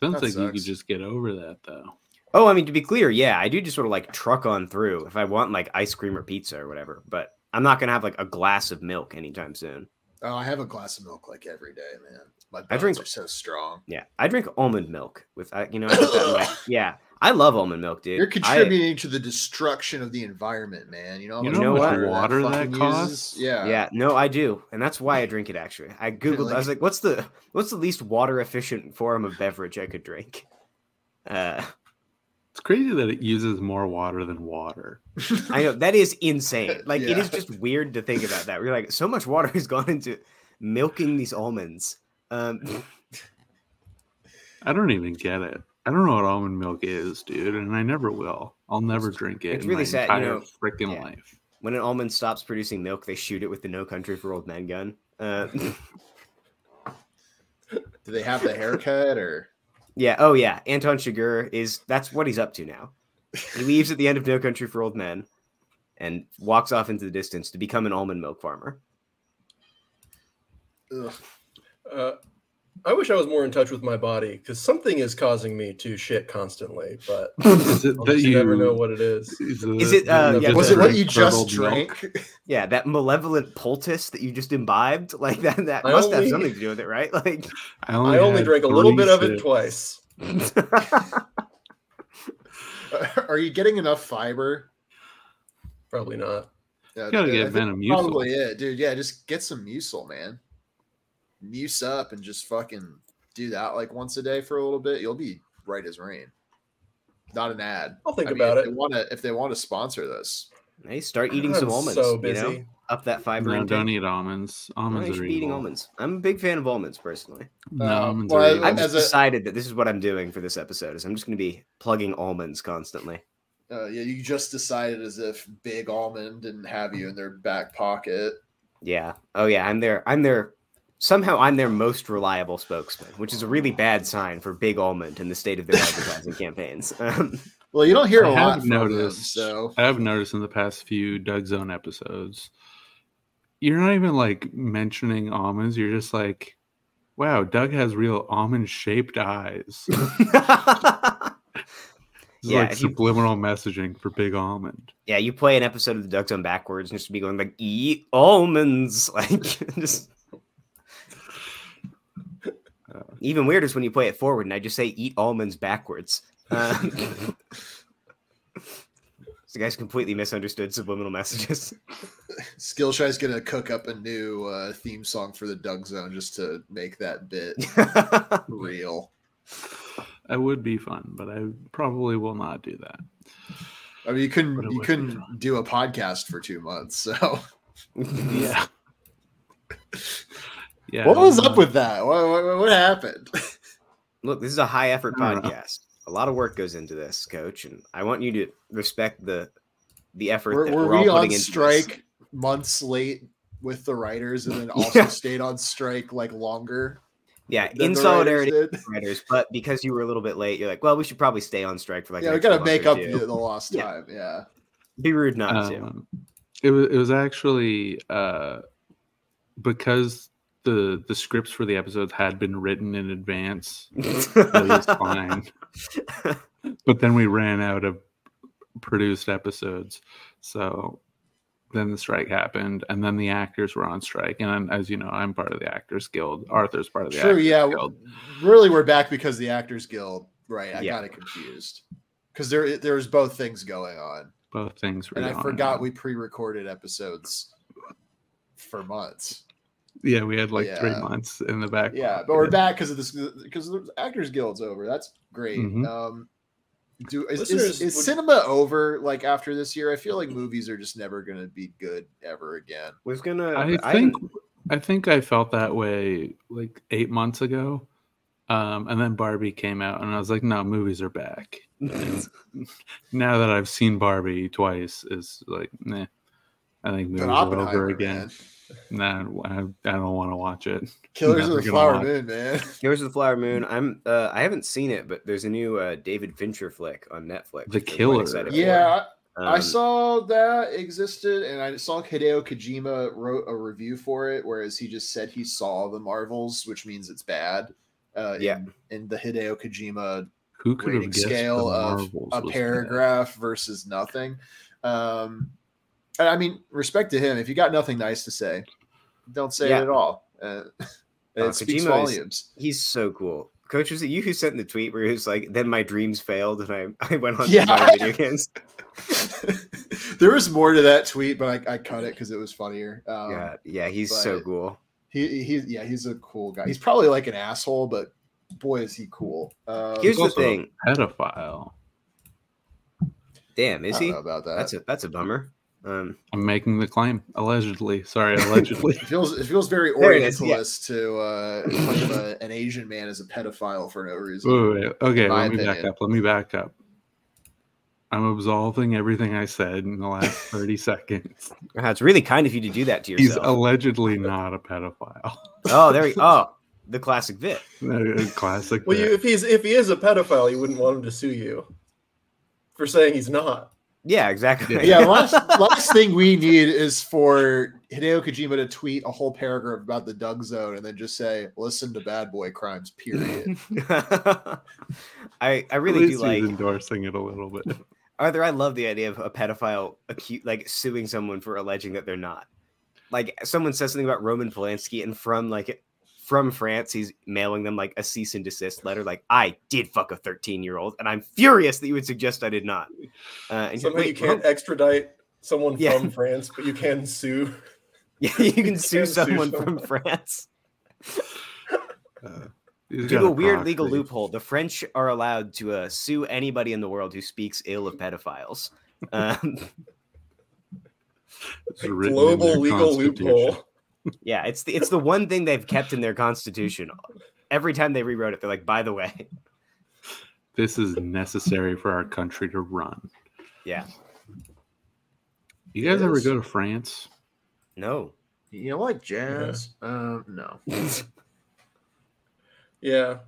S3: That
S2: like you could
S3: sucks.
S2: just get over that though.
S4: Oh, I mean to be clear, yeah, I do just sort of like truck on through if I want like ice cream or pizza or whatever, but I'm not gonna have like a glass of milk anytime soon.
S3: Oh, I have a glass of milk like every day, man. My bones
S4: I drink-
S3: are so strong.
S4: Yeah, I drink almond milk with I, you know, I put that in my- yeah, I love almond milk, dude.
S3: You're
S4: I-
S3: contributing to the destruction of the environment, man. You know, how
S2: You
S3: much
S4: know what
S2: water that
S3: fucking
S2: costs?
S3: uses? Yeah.
S4: yeah, no, I do, and that's why I drink it. Actually, I googled. I was like, "What's the what's the least water efficient form of beverage I could drink?" Uh,
S2: It's crazy that it uses more water than water.
S4: I know that is insane. Like it
S3: Yeah.
S4: is just weird to think about that. We're like, so much water has gone into milking these almonds. Um,
S2: I don't even get it. I don't know what almond milk is, dude, and I never will. I'll never drink it.
S4: it's
S2: in
S4: really
S2: my
S4: sad, you
S2: entire
S4: know.
S2: Freaking
S4: Yeah.
S2: life.
S4: when an almond stops producing milk, they shoot it with the No Country for Old Men gun. Uh,
S3: Do they have the haircut or?
S4: yeah. Oh, yeah. Anton Chigurh is that's what he's up to now. He leaves at the end of No Country for Old Men and walks off into the distance to become an almond milk farmer.
S3: Ugh.
S1: Uh, I wish I was more in touch with my body because something is causing me to shit constantly, but
S2: Is it
S1: I'll
S2: that
S1: just
S2: you
S1: never know what it is.
S4: Is it, uh,
S2: you
S1: yeah, Was
S2: just
S3: Was
S1: it
S3: it
S1: what
S3: what
S2: drink
S3: you just
S2: curdled milk?
S3: drank?
S4: Yeah, that malevolent poultice that you just imbibed, like that, that
S1: I
S4: must have
S1: only-
S4: something to do with it, right? Like,
S2: I
S1: I only
S2: had
S1: drank a little
S2: three
S1: bit of it
S2: sips.
S1: twice.
S3: Are you getting enough fiber?
S1: Probably not.
S3: Yeah,
S2: gotta
S3: dude,
S2: get
S3: I think
S2: Metamucil.
S3: Probably it, dude. Yeah, just get some mucil, man. Muse up and just fucking do that like once a day for a little bit. You'll be right as rain. Not an ad.
S1: I'll think
S3: I mean,
S1: about
S3: if
S1: it.
S3: They wanna, if they want to sponsor this,
S4: hey, start eating
S1: I'm
S4: some almonds.
S1: So busy.
S4: You know? Up that fiber.
S2: No,
S4: intake.
S2: don't eat almonds.
S4: No,
S2: Almonds
S4: you
S2: are
S4: should be eating
S2: evil.
S4: almonds. I'm a big fan of almonds personally.
S2: No,
S3: Uh,
S2: almonds
S3: well, I-
S2: are evil.
S3: I-
S4: I've just
S3: as a-
S4: decided that this is what I'm doing for this episode. Is I'm just going to be plugging almonds constantly.
S3: uh, yeah, you just decided as if Big Almond didn't have you in their back pocket.
S4: Yeah. Oh yeah. I'm their. I'm their. Somehow I'm their most reliable spokesman, which is a really bad sign for Big Almond in the state of their advertising campaigns. Um,
S3: Well, you don't hear
S2: I
S3: a lot
S2: have
S3: from them,
S2: noticed.
S3: so
S2: I have noticed in the past few Doug Zone episodes, you're not even like mentioning almonds. You're just like, wow, Doug has real almond shaped eyes. It's
S4: Yeah,
S2: like
S4: if you-
S2: subliminal messaging for Big Almond.
S4: yeah, you play an episode of the Duck Zone backwards and just be going like eat almonds, like just. Even weird is when you play it forward and I just say eat almonds backwards. Um, this guy's completely misunderstood subliminal messages.
S3: Skillshare's gonna cook up a new uh, theme song for the Doug Zone just to make that bit real.
S2: That would be fun, but I probably will not do that.
S3: I mean,
S2: But
S3: you
S2: it
S3: couldn't you
S2: would be
S3: couldn't do a podcast for two months. So
S2: Yeah. Yeah. um,
S3: what was
S2: I'm
S3: up
S2: not-
S3: with that? What, what, what happened?
S4: Look, this is a high effort
S2: I don't know.
S4: podcast. A lot of work goes into this, coach, and I want you to respect the the effort
S3: Were,
S4: that
S3: were
S4: we're
S3: we
S4: all
S3: on
S4: putting into this.
S3: strike months late with the writers, and then
S4: Yeah.
S3: also stayed on strike like longer?
S4: Yeah,
S3: than
S4: in
S3: the writers
S4: solidarity
S3: did?
S4: with the writers, but because you were a little bit late, you're like, well, we should probably stay on strike for like.
S3: yeah,
S4: an
S3: we
S4: extra
S3: gotta
S4: month
S3: make
S4: or
S3: up
S4: two.
S3: the the lost
S4: Yeah.
S3: time. Yeah,
S4: Be rude not to.
S2: Um, it was it was actually uh, because the the scripts for the episodes had been written in advance. It was fine, but then we ran out of produced episodes, so then the strike happened, and then the actors were on strike. And I'm- as you know, I'm part of the Actors Guild. Arthur's part of the
S3: true.
S2: Actors
S3: Yeah,
S2: Guild.
S3: really, we're back because the Actors Guild. Right, I
S4: Yeah.
S3: got it confused because there there was both things going on,
S2: Both things were.
S3: and I
S2: going
S3: forgot
S2: on.
S3: we pre-recorded episodes for months.
S2: Yeah, we had like three
S3: Yeah.
S2: months in the back.
S3: Yeah, but we're back because of this because the Actors Guild's over. That's great.
S2: Mhm.
S3: Um, do is,
S1: Listeners
S3: is, is
S1: would-
S3: cinema over? Like after this year, I feel like movies are just never going to be good ever again.
S4: was gonna.
S2: I think I think I felt that way like eight months ago. Um, and then Barbie came out, and I was like, "No, movies are back." And now that I've seen Barbie twice, is like, nah. I think movies
S3: But
S2: are over
S3: Oppenheimer,
S2: again.
S3: man.
S2: Nah, I, I don't want to watch it.
S3: Killers
S2: Never
S3: of the
S2: gonna
S3: Flower
S2: watch.
S3: Moon, man.
S4: Here's the Flower Moon. I'm. Uh, I haven't seen it, but there's a new uh, David Fincher flick on Netflix.
S2: The
S4: which I'm quite
S2: Killer.
S4: excited for.
S3: Yeah, I
S4: Um,
S3: saw that existed, and I saw Hideo Kojima wrote a review for it, whereas he just said he saw the Marvels, which means it's bad. Uh,
S4: Yeah.
S3: in, in the Hideo Kojima
S2: Who could have
S3: rating
S2: guessed
S3: scale
S2: the
S3: of
S2: Marvels
S3: a
S2: was
S3: paragraph versus nothing. Um, and I mean, respect to him. If you got nothing nice to say, don't say
S4: Yeah.
S3: it at all. Uh, it
S4: Uh,
S3: speaks
S4: Kojima is-
S3: volumes.
S4: He's so cool. Coach, was it you who sent the tweet where he was like, "Then my dreams failed, and I, I went on to
S3: Yeah.
S4: buy video games."
S3: there was more to that tweet, but I, I cut it because it was funnier. Um,
S4: yeah, yeah, he's so
S3: but-
S4: cool.
S3: He, he yeah, he's a cool guy. He's probably like an asshole, but boy is he cool. Um,
S4: Here's the
S2: also-
S4: thing.
S2: bad. pedophile.
S4: Damn,
S3: I
S4: is
S3: don't
S4: he?
S3: know about that.
S4: That's a that's a bummer. Um,
S2: I'm making the claim allegedly. Sorry, allegedly.
S3: it feels it feels very
S4: There it is, yeah.
S3: orientalist to uh, claim a- an Asian man as a pedophile for no reason.
S2: Wait, wait, wait. Okay,
S3: My
S2: let me back
S3: opinion.
S2: up. Let me back up. I'm absolving everything I said in the last 30 seconds.
S4: wow, it's really kind of you to do that to
S2: He's
S4: yourself.
S2: allegedly not a pedophile.
S4: oh, there. He, oh, the classic bit.
S2: Classic.
S1: Well, you,
S2: bit.
S1: if he's if he is a pedophile, you wouldn't want him to sue you for saying he's not.
S4: Yeah, exactly.
S3: Yeah, last last thing we need is for Hideo Kojima to tweet a whole paragraph about the Doug Zone and then just say, "Listen to bad boy crimes." Period.
S4: I I
S2: At
S4: really do
S2: least he's
S4: like
S2: endorsing it a little bit.
S4: Arthur. I love the idea of a pedophile acu- like suing someone for alleging that they're not. Like someone says something about Roman Polanski, and from like from France, he's mailing them like a cease and desist letter. Like I did fuck a thirteen year old, and I'm furious that you would suggest I did not. Uh, and you're,
S1: Somehow you
S4: wait,
S1: can't
S4: Ro-
S1: extradite someone
S4: Yeah.
S1: from France, but you can sue.
S4: yeah, you can
S1: you
S4: sue
S1: can't sue
S4: someone from
S1: someone.
S4: France.
S2: Uh, he's
S4: due
S2: got
S4: to a weird
S2: proxy.
S4: legal loophole, the French are allowed to uh, sue anybody in the world who speaks ill of pedophiles. Um,
S2: It's written in
S1: Global
S2: their
S1: legal
S2: constitution.
S1: loophole.
S4: yeah, it's the, it's the one thing they've kept in their constitution. Every time they rewrote it, they're like, "By the way,
S2: This is necessary for our country to run.
S4: Yeah.
S2: You guys ever
S3: Yes.
S2: go to France?
S4: no,
S3: you know, like jazz? Um, no.
S1: Yeah,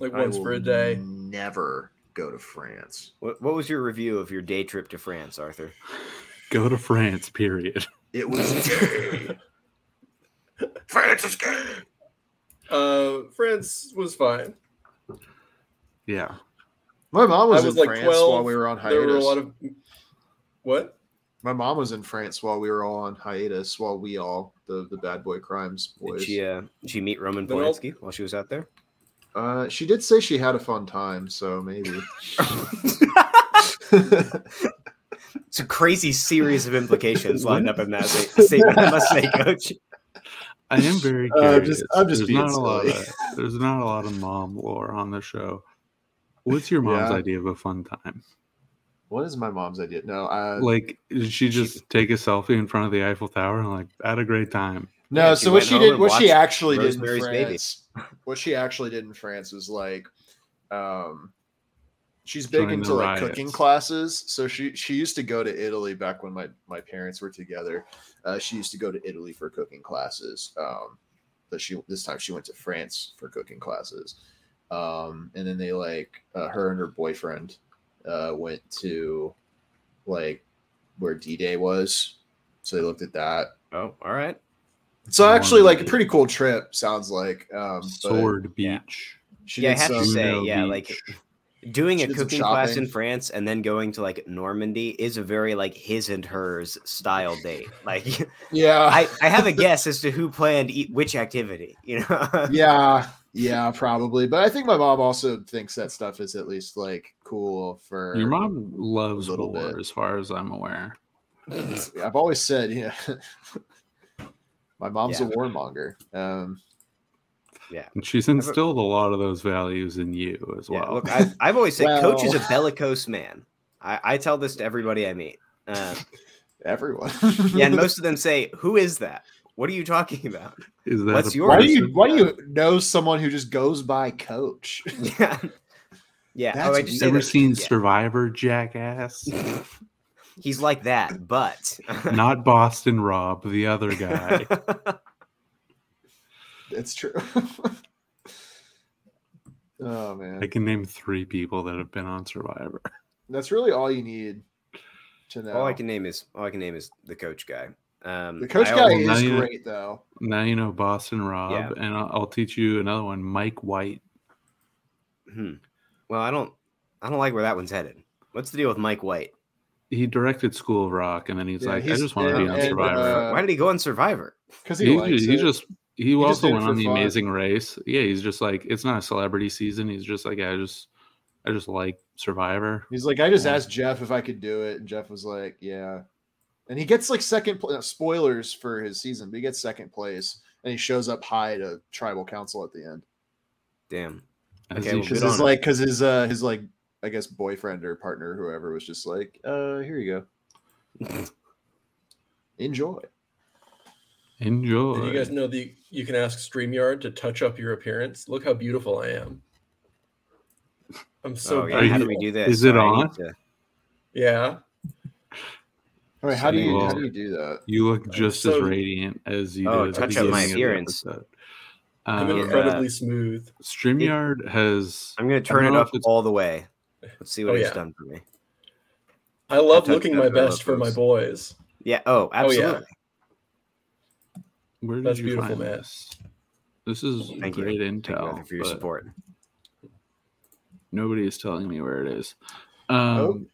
S1: like
S3: I
S1: once
S3: will
S1: for a day.
S3: Never go to France.
S4: what, what was your review of your day trip to France, Arthur?"
S2: Go to France, period.
S3: It was gay. France is gay.
S1: Uh, France was fine.
S2: Yeah.
S3: My mom was,
S1: I was
S3: in
S1: like
S3: France
S1: 12.
S3: while we were on hiatus.
S1: There were a lot of what?
S3: My mom was in France while we were all on hiatus. While we all the the bad boy crimes
S4: Did
S3: boys.
S4: she uh, did she meet Roman
S1: Then I'll-
S4: Polanski while she was out there?
S3: Uh, she did say she had a fun time, so maybe.
S4: It's a crazy series of implications lined up in that sta- statement. I must say, Coach.
S2: I am very
S3: Uh, I'm
S2: curious.
S3: just- I'm just
S2: there's
S3: being
S2: not a lot
S3: silly.
S2: of there's not a lot of mom lore on the show. What's your mom's
S3: Yeah.
S2: idea of a fun time?
S3: what is my mom's idea? No, uh,
S2: Like, did she just take a selfie in front of the Eiffel Tower and like had a great time?
S3: no.
S4: Yeah, she
S3: so what
S4: went
S3: she
S4: home
S3: did,
S4: and
S3: what she
S4: watched
S3: actually did in
S4: Rosemary's Baby.
S3: France, what she actually did in France was like, um, she's
S2: Join
S3: big
S2: the
S3: into like cooking
S2: riots.
S3: classes. So she she used to go to Italy back when my my parents were together. Uh, she used to go to Italy for cooking classes. Um, but she this time she went to France for cooking classes. Um, and then they like uh, her and her boyfriend uh, went to like where D Day was. So they looked at that.
S4: Oh, all right.
S3: So actually, like a
S2: Wonderful.
S3: pretty cool trip sounds like. Um, but
S2: Sword
S4: Yeah.
S2: Beach.
S3: She
S4: Yeah, I
S3: did
S4: have to
S3: some- uh,
S4: say-
S2: Juno
S4: yeah, like- doing
S3: She
S4: a
S3: did some
S4: cooking class in
S3: shopping.
S4: France and then going to like Normandy is a very like his and hers style date. Like
S3: yeah,
S4: I, I have a guess as to who planned eat which activity, you know?
S3: yeah, yeah, probably. But I think my mom also thinks that stuff is at least like cool for
S2: your mom loves
S3: little
S2: war,
S3: bit.
S2: as far as I'm aware.
S3: I've always said, yeah, My mom's
S4: Yeah.
S3: a warmonger. Um,
S2: And she's instilled a lot of those values in you as
S4: Yeah,
S2: well.
S4: look, I've, I've always said Coach is a
S3: Well.
S4: bellicose man. I, I tell this to everybody I meet. Um,
S3: everyone.
S4: yeah, and most of them say, "Who is that? What are you talking about?"
S2: Is that
S4: what's
S2: a
S4: your-
S3: why do you
S2: person?
S3: why do you know someone who just goes by coach?
S4: yeah, yeah. oh,
S3: That's
S4: I just say
S2: ever
S4: that-
S2: seen
S4: yeah.
S2: Survivor, jackass?
S4: He's like that, but
S2: Not Boston Rob, the other guy.
S3: That's true. oh man.
S2: I can name three people that have been on Survivor.
S3: That's really all you need to know.
S4: all I can name is all I can name is the coach guy. Um,
S3: the coach
S4: I
S3: guy
S4: always-
S2: Now
S3: is
S2: you-
S3: great though.
S2: Now you know Boston Rob, and I'll, I'll teach you another one, Mike White.
S4: hmm. Well, I don't, I don't like where that one's headed. What's the deal with Mike White?
S2: He directed School of Rock, and then he's
S3: Yeah,
S2: like, I
S3: he's-
S2: just want to
S3: yeah,
S2: be on
S3: and,
S2: Survivor.
S3: uh,
S4: Why did he go on Survivor?
S3: Because he,
S2: he,
S3: likes
S2: he
S3: it.
S2: just he,
S3: just
S2: also
S3: did it
S2: went
S3: for
S2: on the
S3: fun.
S2: Amazing Race. Yeah, he's just like it's not a celebrity season. He's just like I just I just like Survivor.
S3: He's like, I just
S2: Yeah.
S3: asked Jeff if I could do it, and Jeff was like, "Yeah." And he gets like second. Pl- uh, spoilers for his season, but he gets second place, and he shows up high to tribal council at the end
S4: Damn.
S2: as
S4: Okay,
S2: he
S4: well,
S2: should.
S3: because
S4: Good on
S3: his
S4: him.
S3: like because his uh his like I guess boyfriend or partner or whoever was just like, "Uh, here you go, enjoy."
S2: enjoy.
S1: Did you guys know the you can ask StreamYard to touch up your appearance? Look how beautiful I am. I'm so
S4: oh,
S2: Are
S4: yeah. How do
S1: beautiful.
S4: we do this?
S2: is it
S4: I need
S2: on?
S4: to-
S1: Yeah.
S3: All right, how do you how
S2: Well-
S3: do you do that?
S2: You look just as
S1: so-
S2: radiant as you
S4: Oh,
S2: did. at the
S1: touch up my
S2: beginning of the
S4: appearance.
S2: episode.
S1: I'm
S4: Oh,
S2: Um,
S1: incredibly smooth.
S2: Streamyard has
S4: I'm gonna turn it
S2: know
S4: up
S2: if it's-
S4: all the way. Let's see what
S1: Oh,
S4: it's
S1: yeah.
S4: done for me.
S1: I love
S4: touch
S1: looking my
S4: that gorilla
S1: best for my
S4: pose.
S1: boys.
S4: Yeah. Oh,
S1: Oh, yeah.
S4: absolutely.
S2: where did
S1: That's
S2: you
S1: beautiful,
S2: find
S1: man.
S2: this? This is
S4: Thank you.
S2: great
S4: Thank you
S2: intel.
S4: Arthur, for your
S2: but
S4: support.
S2: Nobody is telling me where it is. Um,
S3: Oh.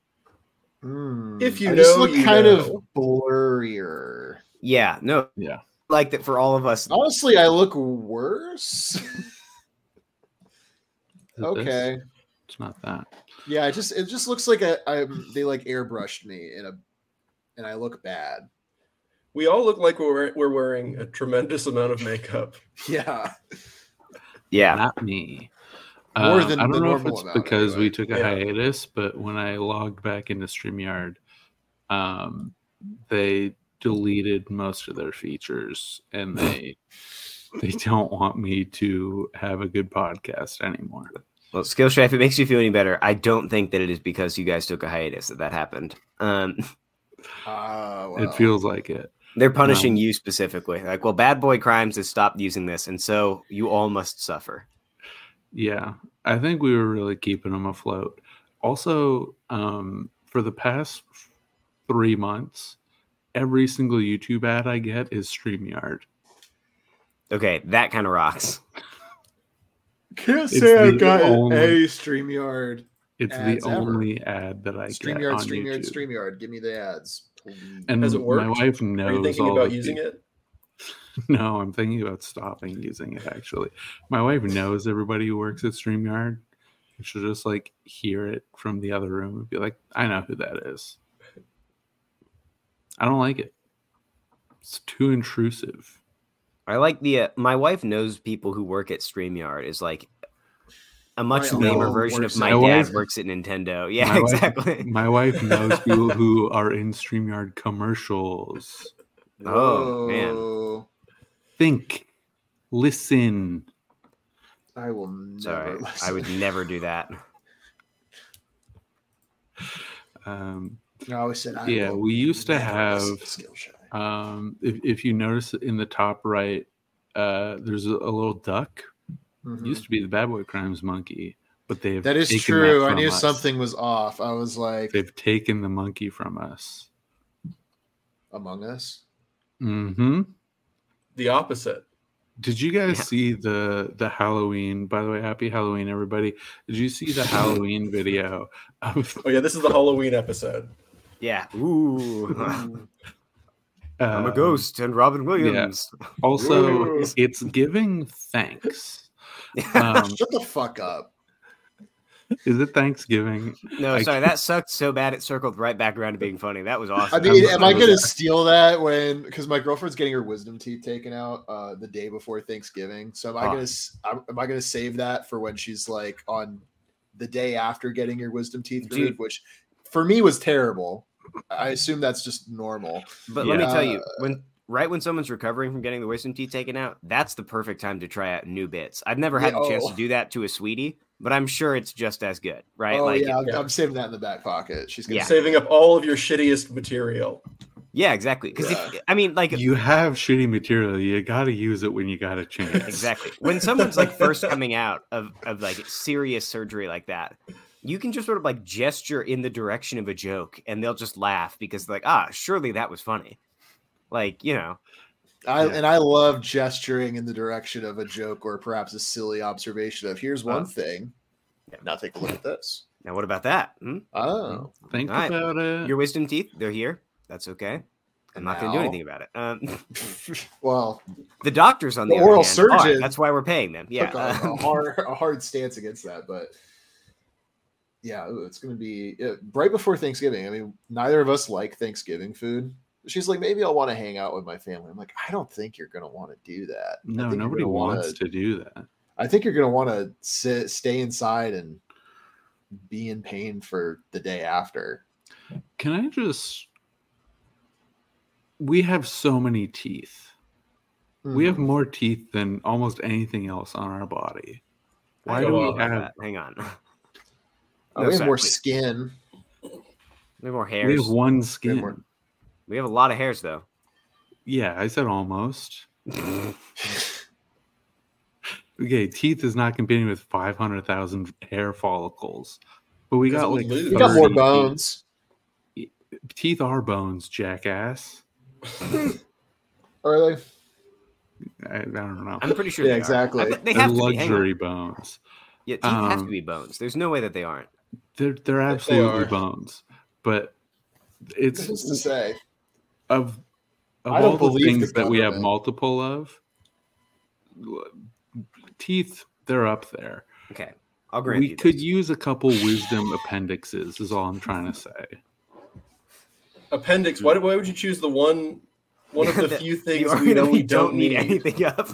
S3: Hmm,
S1: If you
S3: I just
S1: know,
S3: look
S1: you
S3: kind of
S1: know.
S3: blurrier.
S4: Yeah. No.
S2: Yeah.
S4: Like that for all of us.
S3: Honestly, I look worse.
S2: is it this?
S3: okay.
S2: it's not that.
S3: Yeah, it just it just looks like I, I they like airbrushed me in a and I look bad.
S1: We all look like we're we're wearing a tremendous amount of makeup.
S3: Yeah.
S4: Yeah.
S2: not me.
S3: More
S2: Um,
S3: than
S2: I
S3: the
S2: don't know if
S3: normal
S2: it's
S3: amount,
S2: because we
S3: anyway.
S2: took a
S1: Yeah.
S2: hiatus, but when I logged back into StreamYard, um, they deleted most of their features and they they don't want me to have a good podcast anymore.
S4: Well, Skillshare, if it makes you feel any better, I don't think that it is because you guys took a hiatus that that happened. Um,
S3: Ah,
S2: It
S3: well.
S2: feels like it.
S4: they're punishing you specifically. Like, well, Bad Boy Crimes has stopped using this, and so you all must suffer.
S2: Yeah. I think we were really keeping them afloat. Also, um, for the past three months, every single YouTube ad I get is StreamYard.
S4: Okay, that kind of rocks.
S3: can't
S2: it's
S3: say I've
S2: the
S3: got
S2: only-
S3: a StreamYard.
S2: It's
S3: ads
S2: the
S3: ever.
S2: only ad that I get
S3: StreamYard,
S2: on
S3: StreamYard,
S2: YouTube.
S3: StreamYard. Give me the ads. please.
S2: And
S1: Has it
S2: my
S1: worked?
S2: wife knows.
S1: Are you thinking
S2: all
S1: about
S2: the
S1: using
S2: peop-
S1: it?
S2: No, I'm thinking about stopping using it. Actually, my wife knows everybody who works at Streamyard. and She'll just like hear it from the other room and be like, "I know who that is." I don't like it. It's too intrusive.
S4: I like the. Uh, my wife knows people who work at Streamyard is like a much
S2: Oh,
S3: My
S4: lamer
S3: uncle
S4: version of
S3: works
S4: my
S2: at- My
S4: dad
S2: wife-
S4: works at Nintendo. Yeah,
S2: My wife-
S4: exactly.
S2: My wife knows people who are in Streamyard commercials.
S4: Oh, man.
S3: Whoa.
S2: Think, listen.
S3: I will never
S4: Sorry, I
S3: listen.
S4: would never do that.
S2: Um,
S3: I always said I
S2: Yeah,
S3: will
S2: we used to
S3: never listen
S2: have-
S3: to Skillshare.
S2: Um, if, if you notice in the top right, uh, there's a, a little duck.
S3: Mhm.
S2: Used to be the Bad Boy Crimes monkey, but they've
S3: That is
S2: taken
S3: true. I
S2: from
S3: knew
S2: us.
S3: something was off. I was like,
S2: They've taken the monkey from us.
S3: Among Us.
S2: hmm
S1: The opposite.
S2: Did you guys
S4: Yeah.
S2: see the the Halloween? By the way, Happy Halloween, everybody! Did you see the Halloween video of
S1: Oh yeah, this is the Halloween episode.
S4: Yeah. Ooh. I'm
S3: Uh,
S4: a
S2: um,
S4: ghost and Robin Williams.
S2: Also,
S1: Ooh.
S2: it's giving thanks. Um,
S3: Shut the fuck up.
S2: Is it Thanksgiving?
S4: No,
S2: I
S4: sorry,
S2: can't-
S4: that sucked so bad it circled right back around to being funny. That was awesome.
S3: I mean,
S2: I'm-
S3: am I
S2: I'm-
S3: gonna steal that when? Because my girlfriend's getting her wisdom teeth taken out uh, the day before Thanksgiving. So am I
S2: Ah.
S3: gonna s- uh, am am I gonna save that for when she's like on the day after getting your wisdom teeth
S4: Dude.
S3: removed, which for me was terrible. I assume that's just normal.
S4: But let me
S3: Yeah.
S4: tell you, when right when someone's recovering from getting the wisdom teeth taken out, that's the perfect time to try out new bits. I've never had
S3: Yeah,
S4: the chance
S3: oh.
S4: to do that to a sweetie, but I'm sure it's just as good, right?
S3: oh
S4: like,
S3: yeah, I'm,
S1: yeah.
S3: I'm saving that in the back pocket. She's gonna
S4: Yeah.
S3: say,
S1: Saving up all of your shittiest material.
S4: yeah, exactly. Because
S3: Yeah.
S4: I mean, like,
S2: You have shitty material. You got to use it when you got a chance.
S4: exactly when someone's like first coming out of of like serious surgery like that, you can just sort of like gesture in the direction of a joke, and they'll just laugh because like, ah, surely that was funny. Like you know,
S3: I,
S2: Yeah.
S3: and I love gesturing in the direction of a joke or perhaps a silly observation of here's one
S4: Uh,
S3: thing. Now take a look at this.
S4: now what about that? Hmm?
S3: Oh,
S2: Think
S4: Alright.
S2: about it.
S4: Your wisdom teeth, they're here. That's okay. I'm not going to do
S3: Hmm. Now-
S4: anything about it. Um,
S3: Well,
S4: the doctors on the,
S3: The
S4: other
S3: oral
S4: hand, are.
S3: surgeon
S4: That's why we're paying them. Yeah.
S3: took a- a,
S4: um,
S3: hard a hard stance against that, but yeah, ooh, it's gonna be yeah, right before Thanksgiving. I mean, neither of us like Thanksgiving food. She's like, maybe I'll want to hang out with my family. I'm like, I don't think you're gonna want to do that. I
S2: no,
S3: think you're
S2: nobody
S3: gonna wanna-
S2: wants to do that.
S3: I think you're gonna want to sit, stay inside, and be in pain for the day after.
S2: Can I just? We have so many teeth. We
S3: Hmm.
S4: Hmm.
S2: have more teeth than almost anything else on our body.
S4: I
S2: Why
S4: don't
S2: do
S4: know
S2: we
S4: about
S2: have
S4: that. Hang on.
S3: Oh, we have more
S4: exactly.
S3: skin.
S4: We have more
S2: we
S4: hairs.
S2: have one skin?
S3: more-
S4: we have a lot of hairs, though.
S2: Yeah, I said almost. Okay, teeth is not competing with five hundred thousand hair follicles, but we
S1: Because
S2: got
S1: it would
S2: like
S1: lose.
S3: We got more
S2: 30
S3: bones.
S2: Teeth. Teeth are bones, jackass.
S3: Are they?
S2: I, I don't know.
S4: I'm pretty sure.
S3: Yeah,
S4: they are.
S3: exactly.
S4: I bet- they
S2: They're
S4: have to be. Hang on.
S2: luxury bones.
S4: Yeah, teeth have to
S2: Um,
S4: be bones. There's no way that they aren't.
S2: They're they're absolutely
S1: are.
S2: bones, but
S3: It's just to
S2: it's
S3: say.
S2: of of
S3: I don't
S2: all the
S3: believe the
S2: things that we have
S3: government.
S2: multiple of. l- Teeth, they're up there.
S4: Okay, I'll grant
S2: We
S4: you.
S2: could
S4: this.
S2: use a couple wisdom appendixes. Is all I'm trying to say.
S1: Appendix. Why, do- why would you choose the one one of the
S4: That
S1: few
S4: You
S1: things
S4: already
S1: we know we
S4: don't need
S1: anything.
S4: anything up.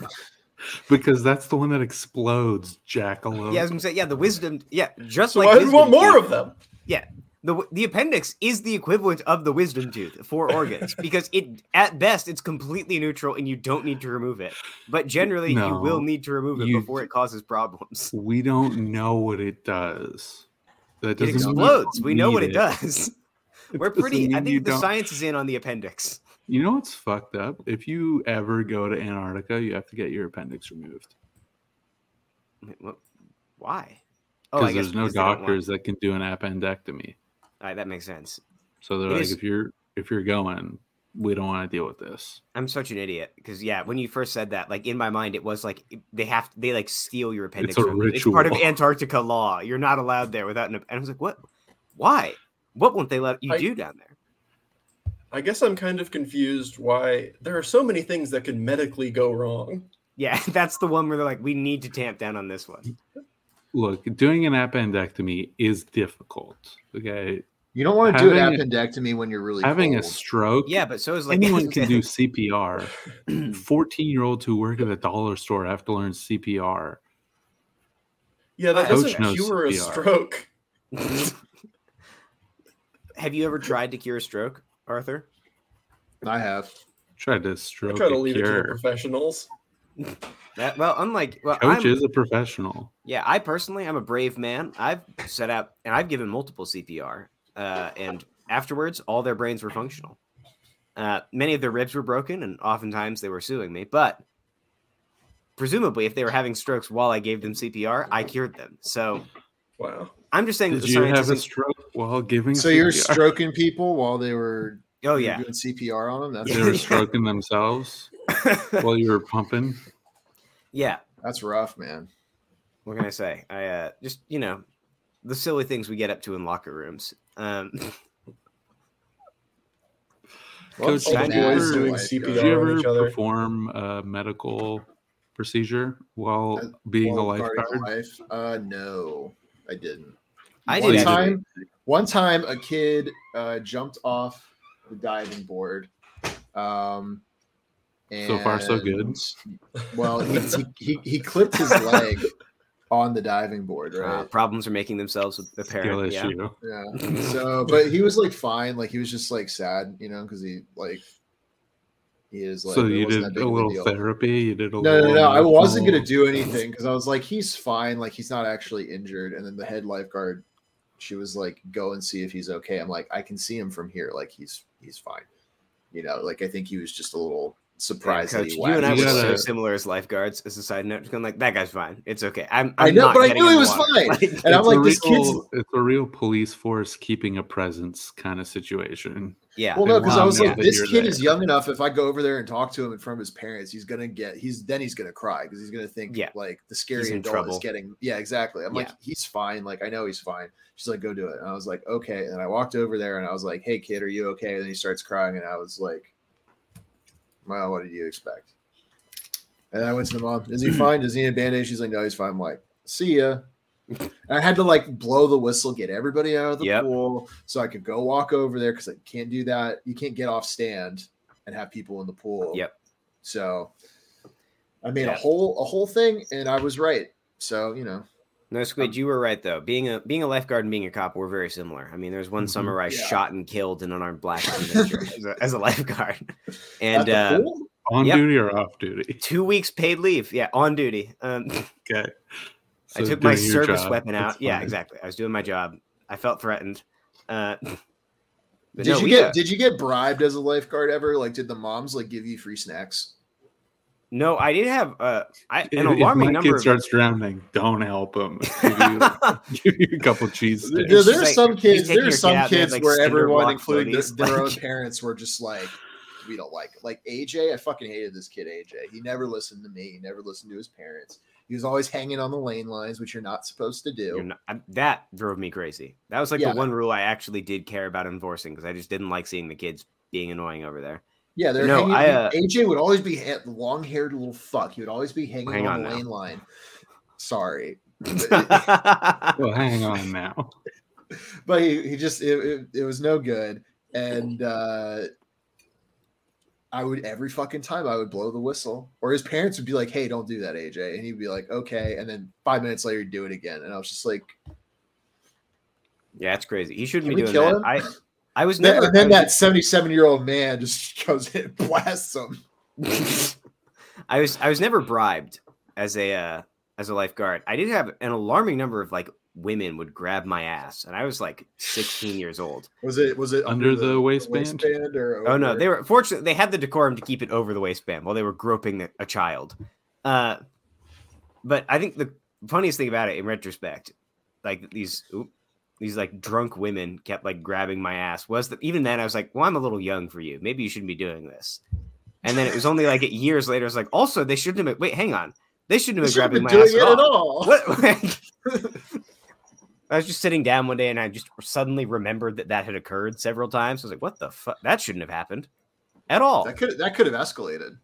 S2: Because that's the one that explodes, jackalope.
S4: Yeah, I was gonna say. Yeah, the wisdom. Yeah, just
S1: So
S4: like
S1: why do we
S4: wisdom
S1: want more
S4: teeth,
S1: of them?
S4: the w- the appendix is the equivalent of the wisdom tooth for organs because it at best it's completely neutral and you don't need to remove it. But generally, you
S2: No,
S4: will need to remove it
S2: you-
S4: before it causes problems.
S2: We don't know what it does. That
S4: It
S2: doesn't mean you
S4: explodes.
S2: don't
S4: We know what
S2: need
S4: it does.
S2: It
S4: We're
S2: doesn't
S4: pretty. I
S2: mean you
S4: think the
S2: don't-
S4: science is in on the appendix.
S2: You know what's fucked up? If you ever go to Antarctica, you have to get your appendix removed
S4: Wait, what- Why? Oh,
S2: because
S4: I guess
S2: there's no
S4: because they don't want-
S2: doctors that can do an appendectomy.
S4: All right, that makes sense.
S2: So they're
S4: It
S2: like,
S4: is-
S2: if you're if you're going, we don't want to deal with this.
S4: I'm such an idiot because yeah, when you first said that, like in my mind, it was like it- they have they like steal your appendix.
S2: a
S4: from you. It's part of
S2: ritual.
S4: Antarctica law. You're not allowed there without an. app- And I was like, what? Why? What won't they let you
S1: I-
S4: do down there?
S1: I guess I'm kind of confused why there are so many things that can medically go wrong.
S4: Yeah, that's the one where they're like, we need to tamp down on this one.
S2: Look, doing an appendectomy is difficult. Okay,
S3: You don't want to do an
S2: Having a-
S3: appendectomy when you're really
S2: having a
S3: cold.
S2: stroke.
S4: Yeah, but so is like
S2: anyone can do CPR. 14 year olds who work at a dollar store have to learn CPR.
S1: Yeah, that
S4: I-
S1: doesn't
S2: Coach knows
S1: cure a
S2: CPR.
S1: stroke.
S4: Have you ever tried to cure a stroke, Arthur?
S3: I have.
S2: Tried to
S1: I
S2: stroke
S1: try to
S2: a
S1: leave it to the
S2: cure.
S1: professionals.
S4: That, well, unlike well,
S2: Coach
S4: I'm-
S2: is a professional.
S4: Yeah, I personally, I'm a brave man. I've set out and I've given multiple CPR, uh, and afterwards, all their brains were functional. Uh, many of their ribs were broken, and oftentimes they were suing me. But presumably, if they were having strokes while I gave them CPR, I cured them. So
S1: Wow.
S4: I'm just saying that
S2: Did
S4: the
S2: you
S4: science
S2: have a
S4: isn't.
S2: stroke while giving?
S3: So you're
S2: CPR?
S3: stroking people while they were
S4: Oh
S3: you were
S4: yeah,
S3: doing CPR on them. That's
S2: They were
S4: Yeah.
S2: stroking themselves while you were pumping.
S4: yeah.
S3: that's rough, man.
S4: What can I say? I uh, just you know, the silly things we get up to in locker rooms. Um,
S3: Well,
S2: Coach,
S3: it's
S1: all the
S3: nice
S1: boys
S3: to
S1: doing
S3: life,
S1: CPR.
S2: Did
S3: Coach.
S2: you
S1: on
S2: ever
S1: each other.
S2: perform a medical procedure while
S3: Uh,
S2: being a
S3: Well, guarding
S2: lifeguard?
S3: life. Uh, no, I didn't.
S4: I
S3: one
S4: did actually-
S3: time, one time, a kid uh, jumped off the diving board. Um,
S2: So far, so good.
S3: and- Well, he, he, he, he clipped his leg on the diving board,
S4: Uh,
S3: right?
S4: problems are making themselves with the
S2: Skill
S4: parent. Yeah.
S2: issue.
S3: Yeah. So, but he was like fine. Like he was just like sad, you know, because he like he is like.
S2: so
S3: it
S2: you did
S3: wasn't that big
S2: a
S3: of
S2: little
S3: deal.
S2: therapy. You did a
S3: No,
S2: little.
S3: no, no. I wasn't gonna
S2: emotional-
S3: do anything because I was like, he's fine. Like he's not actually injured. And then the head lifeguard, she was like, go and see if he's okay. I'm like, I can see him from here. Like he's he's fine. You know, like I think he was just a little surprised that
S4: Coach,
S3: he
S4: you and I
S2: You
S4: were
S3: whacked.
S2: gotta-
S4: so similar as lifeguards. As a side note, just going like that guy's fine. It's okay. I'm.
S3: I
S4: I'm
S3: know,
S4: not
S3: but I
S4: getting
S3: knew
S4: in
S3: he
S4: the
S3: was
S4: water."
S3: fine.
S4: Like,
S3: And I'm
S2: It's
S3: like,
S2: a
S3: this kid's-
S2: real- It's a real police force keeping a presence kind of situation.
S4: yeah.
S3: Well, no, because I was
S2: Wow,
S3: like,
S2: yeah.
S3: this
S2: You're
S3: kid
S2: there.
S3: is young enough. If I go over there and talk to him in front of his parents, he's gonna get he's then he's gonna cry because he's gonna think
S4: Yeah.
S3: like the scary
S4: in
S3: adult
S4: trouble.
S3: is getting yeah exactly. I'm like
S4: Yeah.
S3: he's fine. Like I know he's fine. She's like go do it. And I was like okay. And I walked over there and I was like hey kid are you okay? And then he starts crying and I was like, well what did you expect? And I went to the mom. Is he fine? Does he need a bandage? She's like no he's fine. I'm like see ya. And I had to like blow the whistle, get everybody out of the
S4: Yep.
S3: pool, so I could go walk over there because I can't do that. You can't get off stand and have people in the pool.
S4: Yep.
S3: So I made
S4: Yeah.
S3: a whole a whole thing, and I was right. So you know,
S4: No, Squid, you were right though. Being a being a lifeguard and being a cop were very similar. I mean, there was one
S2: Mhm.
S4: summer I
S3: Mm-hmm. Yeah.
S4: shot and killed an unarmed black teenager as, a, as a lifeguard, and
S3: at the
S4: uh,
S3: pool?
S2: On
S4: Yep.
S2: duty or off duty?
S4: two weeks paid leave. Yeah, on duty. Um,
S2: Okay.
S4: I
S2: So
S4: took my
S2: doing your
S4: service
S2: job,
S4: weapon
S2: that's
S4: out. Yeah,
S2: fine.
S4: exactly. I was doing my job. I felt threatened. Uh, but
S3: did
S4: no,
S3: you
S4: we,
S3: get
S4: uh,
S3: did you get bribed as a lifeguard ever? Like, did the moms like give you free snacks?
S4: no, I did have uh, I,
S2: If,
S4: an
S2: if
S4: alarming
S2: my
S4: number.
S2: kid
S4: Of,
S2: starts drowning, don't help him. Give you, give you a couple cheese
S3: There,
S2: sticks.
S3: there
S4: Just
S3: are
S4: like,
S3: some
S4: he's
S3: kids.
S4: taking
S3: There
S4: your
S3: are
S4: kid
S3: some
S4: out, they have,
S3: kids
S4: like,
S3: where
S4: cinder block
S3: everyone, including
S4: floaties,
S3: this, their own
S4: like-
S3: parents, were just like, "We don't like it." Like AJ, I fucking hated this kid. AJ, he never listened to me. He never listened to his parents. He was always hanging on the lane lines, which you're not supposed to do.
S4: You're not- I- that drove me crazy. That was like
S3: Yeah.
S4: the one rule I actually did care about enforcing because I just didn't like seeing the kids being annoying over there.
S3: Yeah, they're
S4: No,
S3: hanging,
S4: I, uh,
S3: AJ would always be ha- long-haired little fuck. He would always be hanging
S4: Hang
S3: on,
S4: on
S3: the
S4: now.
S3: lane line. Sorry,
S2: Well, hang on now.
S3: but he, he just it, it, it was no good. And uh, I would every fucking time I would blow the whistle, or his parents would be like, "Hey, don't do that, AJ," and he'd be like, "Okay," and then five minutes later, he'd do it again, and I was just like,
S4: yeah, that's crazy. He shouldn't
S3: Can
S4: be doing
S3: we kill
S4: that.
S3: him?
S4: I I was
S3: Then-
S4: never.
S3: and then
S4: I
S3: that seventy-seven-year-old man just goes and blasts him.
S4: was, I was I was never bribed as a uh, as a lifeguard. I did have an alarming number of like women would grab my ass, and I was like 16 years old.
S3: Was it was it
S2: Under the waistband?
S3: or
S4: Oh no,
S3: over?
S4: they were fortunately they had the decorum to keep it over the waistband while they were groping a- a child. Uh, but I think the funniest thing about it in retrospect, like these oop, these like drunk women kept like grabbing my ass was that even then I was like, well, I'm a little young for you. Maybe you shouldn't be doing this. And then it was only like years later. I was like, also they shouldn't have. been- Wait, hang on, they shouldn't
S3: They
S4: have been
S3: shouldn't
S4: grabbing
S3: have
S4: my
S3: been doing
S4: ass
S3: it at
S4: all.
S3: all.
S4: What? I was just sitting down one day and I just suddenly remembered that that had occurred several times. I was like, what the fuck? That shouldn't have happened at all.
S3: That could that could have escalated.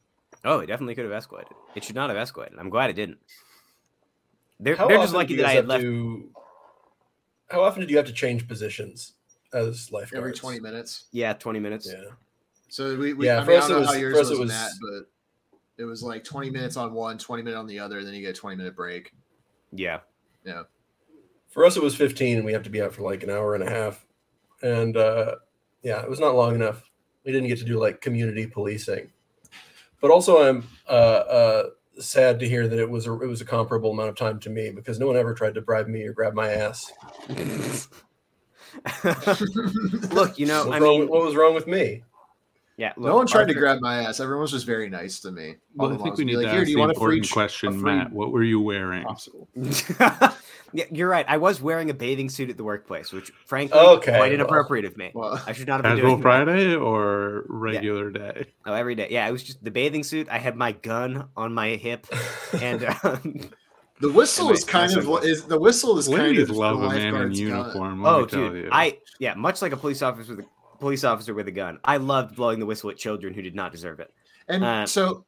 S4: Oh, it definitely could have escalated. It should not have escalated. I'm glad it didn't. They're,
S1: How
S4: they're just
S1: often do
S4: lucky
S1: you
S4: that I
S1: guys
S4: had
S1: have
S4: left.
S1: to- how often did you have to change positions as lifeguards?
S3: Every twenty minutes.
S4: Yeah, 20 minutes.
S1: Yeah.
S3: So we, we
S1: Yeah,
S3: I
S1: for
S3: mean, I
S1: us
S3: don't
S1: it
S3: know how
S1: was-
S3: yours
S1: for us
S3: was,
S1: it
S3: in
S1: was-
S3: that, but it was like 20 minutes on one, 20 minute on the other, and then you get a 20 minute break.
S4: Yeah.
S1: For us, it was 15, and we have to be out for like an hour and a half. And uh, yeah, it was not long enough. We didn't get to do like community policing. But also, I'm uh, uh, sad to hear that it was a, it was a comparable amount of time to me because no one ever tried to bribe me or grab my ass.
S4: look, you know,
S1: What's
S4: I
S1: wrong
S4: mean,
S1: with- what was wrong with me?
S4: yeah.
S3: no one tried to
S4: Arthur-
S3: grab my ass. Everyone was just very nice to me.
S2: Well,
S3: All
S2: I
S3: the
S2: think
S3: moms
S2: we
S3: would be
S2: need
S3: like,
S2: to ask
S3: "Here, do
S2: the
S3: you want a free
S2: important
S3: ch- a
S2: question,
S3: free
S2: Matt. What were you wearing?
S3: popsicle?"
S4: yeah, you're right. I was wearing a bathing suit at the workplace, which frankly,
S1: Okay,
S4: quite
S1: well.
S4: inappropriate of me.
S3: Well,
S4: I should not have been
S2: Casual
S4: doing that.
S2: Friday or regular day?
S4: Oh, every day. Yeah, it was just the bathing suit. I had my gun on my hip, and um,
S3: the whistle
S4: Anyway,
S3: is kind
S4: that's
S3: of
S4: okay.
S3: is the whistle is kind
S2: Ladies
S3: of
S2: love
S3: the
S2: a man in
S3: lifeguard's gun.
S2: uniform. Let
S4: oh,
S2: me tell
S4: dude,
S2: you.
S4: I yeah, much like a police officer with a police officer with a gun, I loved blowing the whistle at children who did not deserve it.
S3: And
S4: Uh,
S3: so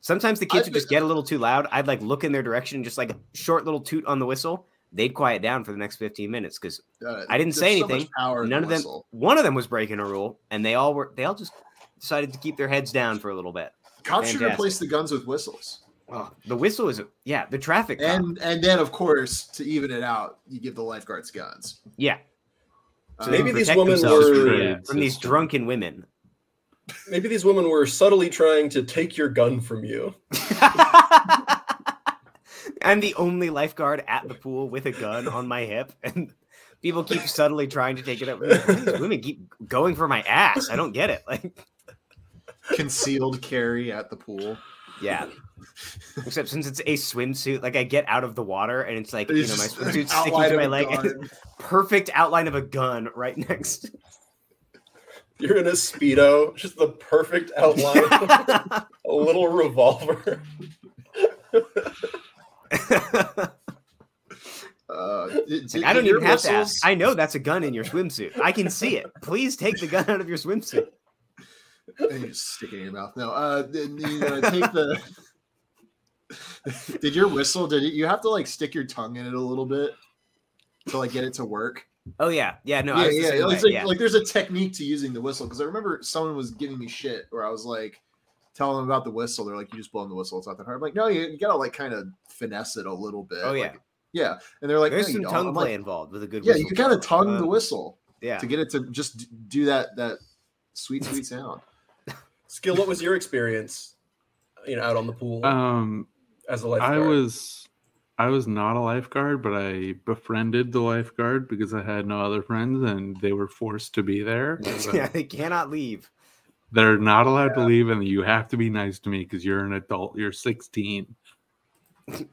S4: Sometimes the kids
S3: I've
S4: would just get a little too loud. I'd like look in their direction, and just like a short little toot on the whistle, they'd quiet down for the next 15 minutes because
S3: Uh,
S4: I didn't
S3: there's
S4: say
S3: so much
S4: anything.
S3: power in
S4: none
S3: the
S4: of them
S3: whistle.
S4: one of them was breaking a rule and they all were they all just decided to keep their heads down for a little bit.
S3: Cops should
S4: Fantastic.
S3: replace the guns with whistles.
S4: Oh, the whistle is yeah, the traffic cop.
S3: And and then of course to even it out, you give the lifeguards guns.
S4: yeah,
S3: Um,
S1: Maybe these
S4: protect
S1: women
S4: themselves
S1: were-
S4: from,
S1: Trade
S4: yeah, from these
S2: system.
S4: drunken women.
S1: Maybe these women were subtly trying to take your gun from you.
S4: I'm the only lifeguard at the pool with a gun on my hip, and people keep subtly trying to take it up. These women keep going for my ass. I don't get it. Like,
S3: concealed carry at the pool.
S4: yeah. Except since it's a swimsuit, like I get out of the water and it's like you know my
S3: It's just
S4: swimsuit sticking
S3: outline
S4: to
S3: of
S4: my
S3: a
S4: leg,
S3: gun.
S4: perfect outline of a gun right next.
S1: You're in a speedo, just the perfect outline, a little revolver.
S3: Uh,
S4: It's like, I don't even have to ask. I know that's a gun in your swimsuit. I can see it. Please take the gun out of your swimsuit.
S3: And you just stick it in your mouth. No, uh, then you uh, take the. did your whistle? Did it, you have to like stick your tongue in it a little bit to like get it to work?
S4: Oh yeah, yeah. No, I
S3: yeah,
S4: was the
S3: yeah.
S4: same
S3: It's
S4: way,
S3: like, like there's a technique to using the whistle because I remember someone was giving me shit where I was like telling them about the whistle. They're like, "You just blow on the whistle. It's not that hard." I'm like, "No, you, you gotta like kind of finesse it a little bit."
S4: Oh, yeah.
S3: Like, yeah. And they're like,
S4: There's
S3: "No, you
S4: some
S3: don't."
S4: tongue
S3: I'm
S4: play
S3: like,
S4: involved with a good.
S3: yeah,
S4: whistle
S3: you gotta
S4: tone.
S3: tongue
S4: Uh,
S3: the whistle
S4: Yeah.
S3: to get it to just d- do that that sweet sweet sound.
S1: Skill, what was your experience? You know, out on the pool
S2: Um,
S1: as a
S2: I
S1: lifeguard.
S2: was, I was not a lifeguard, but I befriended the lifeguard because I had no other friends, and they were forced to be there.
S4: yeah, they cannot leave.
S2: They're not allowed to leave, and you have to be nice to me because you're an adult. You're 16.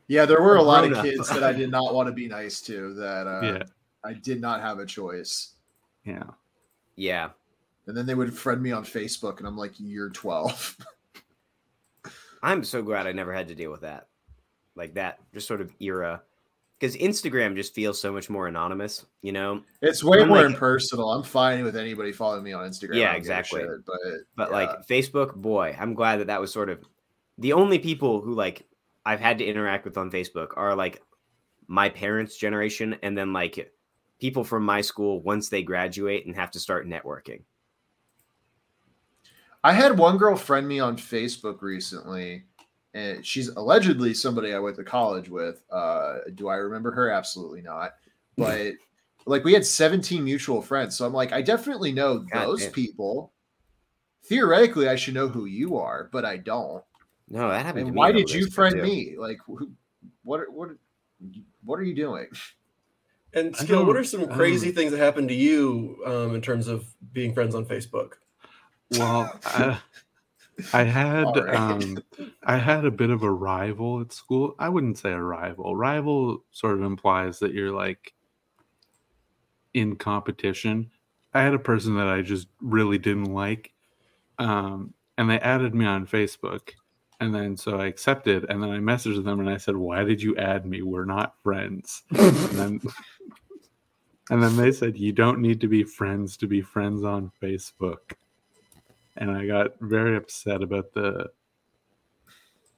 S3: Yeah, there were a lot of
S4: Grown-up.
S3: kids that I did not want to be nice to that uh,
S2: yeah,
S3: I did not have a choice.
S2: yeah.
S4: Yeah.
S3: And then they would friend me on Facebook, and I'm like, "You're 12."
S4: I'm so glad I never had to deal with that. Like that just sort of era. Because Instagram just feels so much more anonymous, you know?
S3: It's way
S4: I'm
S3: more
S4: like-
S3: impersonal. I'm fine with anybody following me on Instagram.
S4: Yeah,
S3: I don't give a
S4: exactly.
S3: shit, but
S4: But
S3: yeah.
S4: like Facebook, boy, I'm glad that that was sort of the only people who like I've had to interact with on Facebook are like my parents' generation and then like people from my school once they graduate and have to start networking.
S3: I had one girl friend me on Facebook recently, and she's allegedly somebody I went to college with. Uh, do I remember her? Absolutely not. But like, we had 17 mutual friends, so I'm like, I definitely know
S4: God
S3: those
S4: damn.
S3: people. Theoretically, I should know who you are, but I don't.
S4: No, that happened. to
S3: And
S4: me
S3: why
S4: on
S3: did you
S4: Facebook,
S3: friend
S4: too.
S3: me? Like, who, what? are- What? are- What are you doing?
S1: and
S2: I
S1: Skill, what
S2: don't-
S1: are some
S2: I
S1: crazy
S2: don't-
S1: things that happened to you um, in terms of being friends on Facebook?
S2: Well, I, I had
S3: Alright.
S2: um, I had a bit of a rival at school. I wouldn't say a rival. Rival sort of implies that you're like in competition. I had a person that I just really didn't like, um, and they added me on Facebook, and then so I accepted, and then I messaged them and I said, "Why did you add me? We're not friends." and then, and then they said, "You don't need to be friends to be friends on Facebook." and I got very upset about the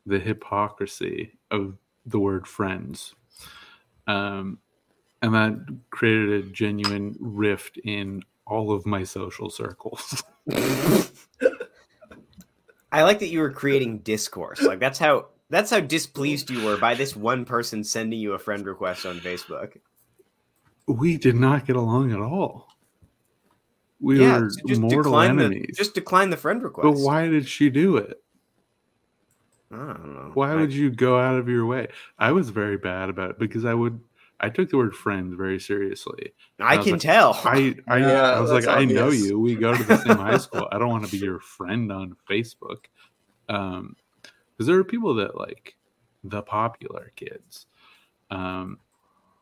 S2: the hypocrisy of the word friends. Um, and that created a genuine rift in all of my social circles.
S4: I like that you were creating discourse. Like that's how that's how displeased you were by this one person sending you a friend request on Facebook.
S2: we did not get along at all. We were
S4: so
S2: mortal
S4: decline
S2: enemies.
S4: The, just decline the friend request.
S2: but why did she do it?
S4: I don't know.
S2: Why would you go out of your way? I was very bad about it because I would I took the word friend very seriously.
S4: I,
S2: I was
S4: can
S2: like,
S4: tell.
S2: I I,
S1: Yeah,
S2: I was like,
S1: that's
S2: I know
S1: obvious.
S2: you. We go to the same high school. I don't want to be your friend on Facebook, um, because there are people that like the popular kids, um,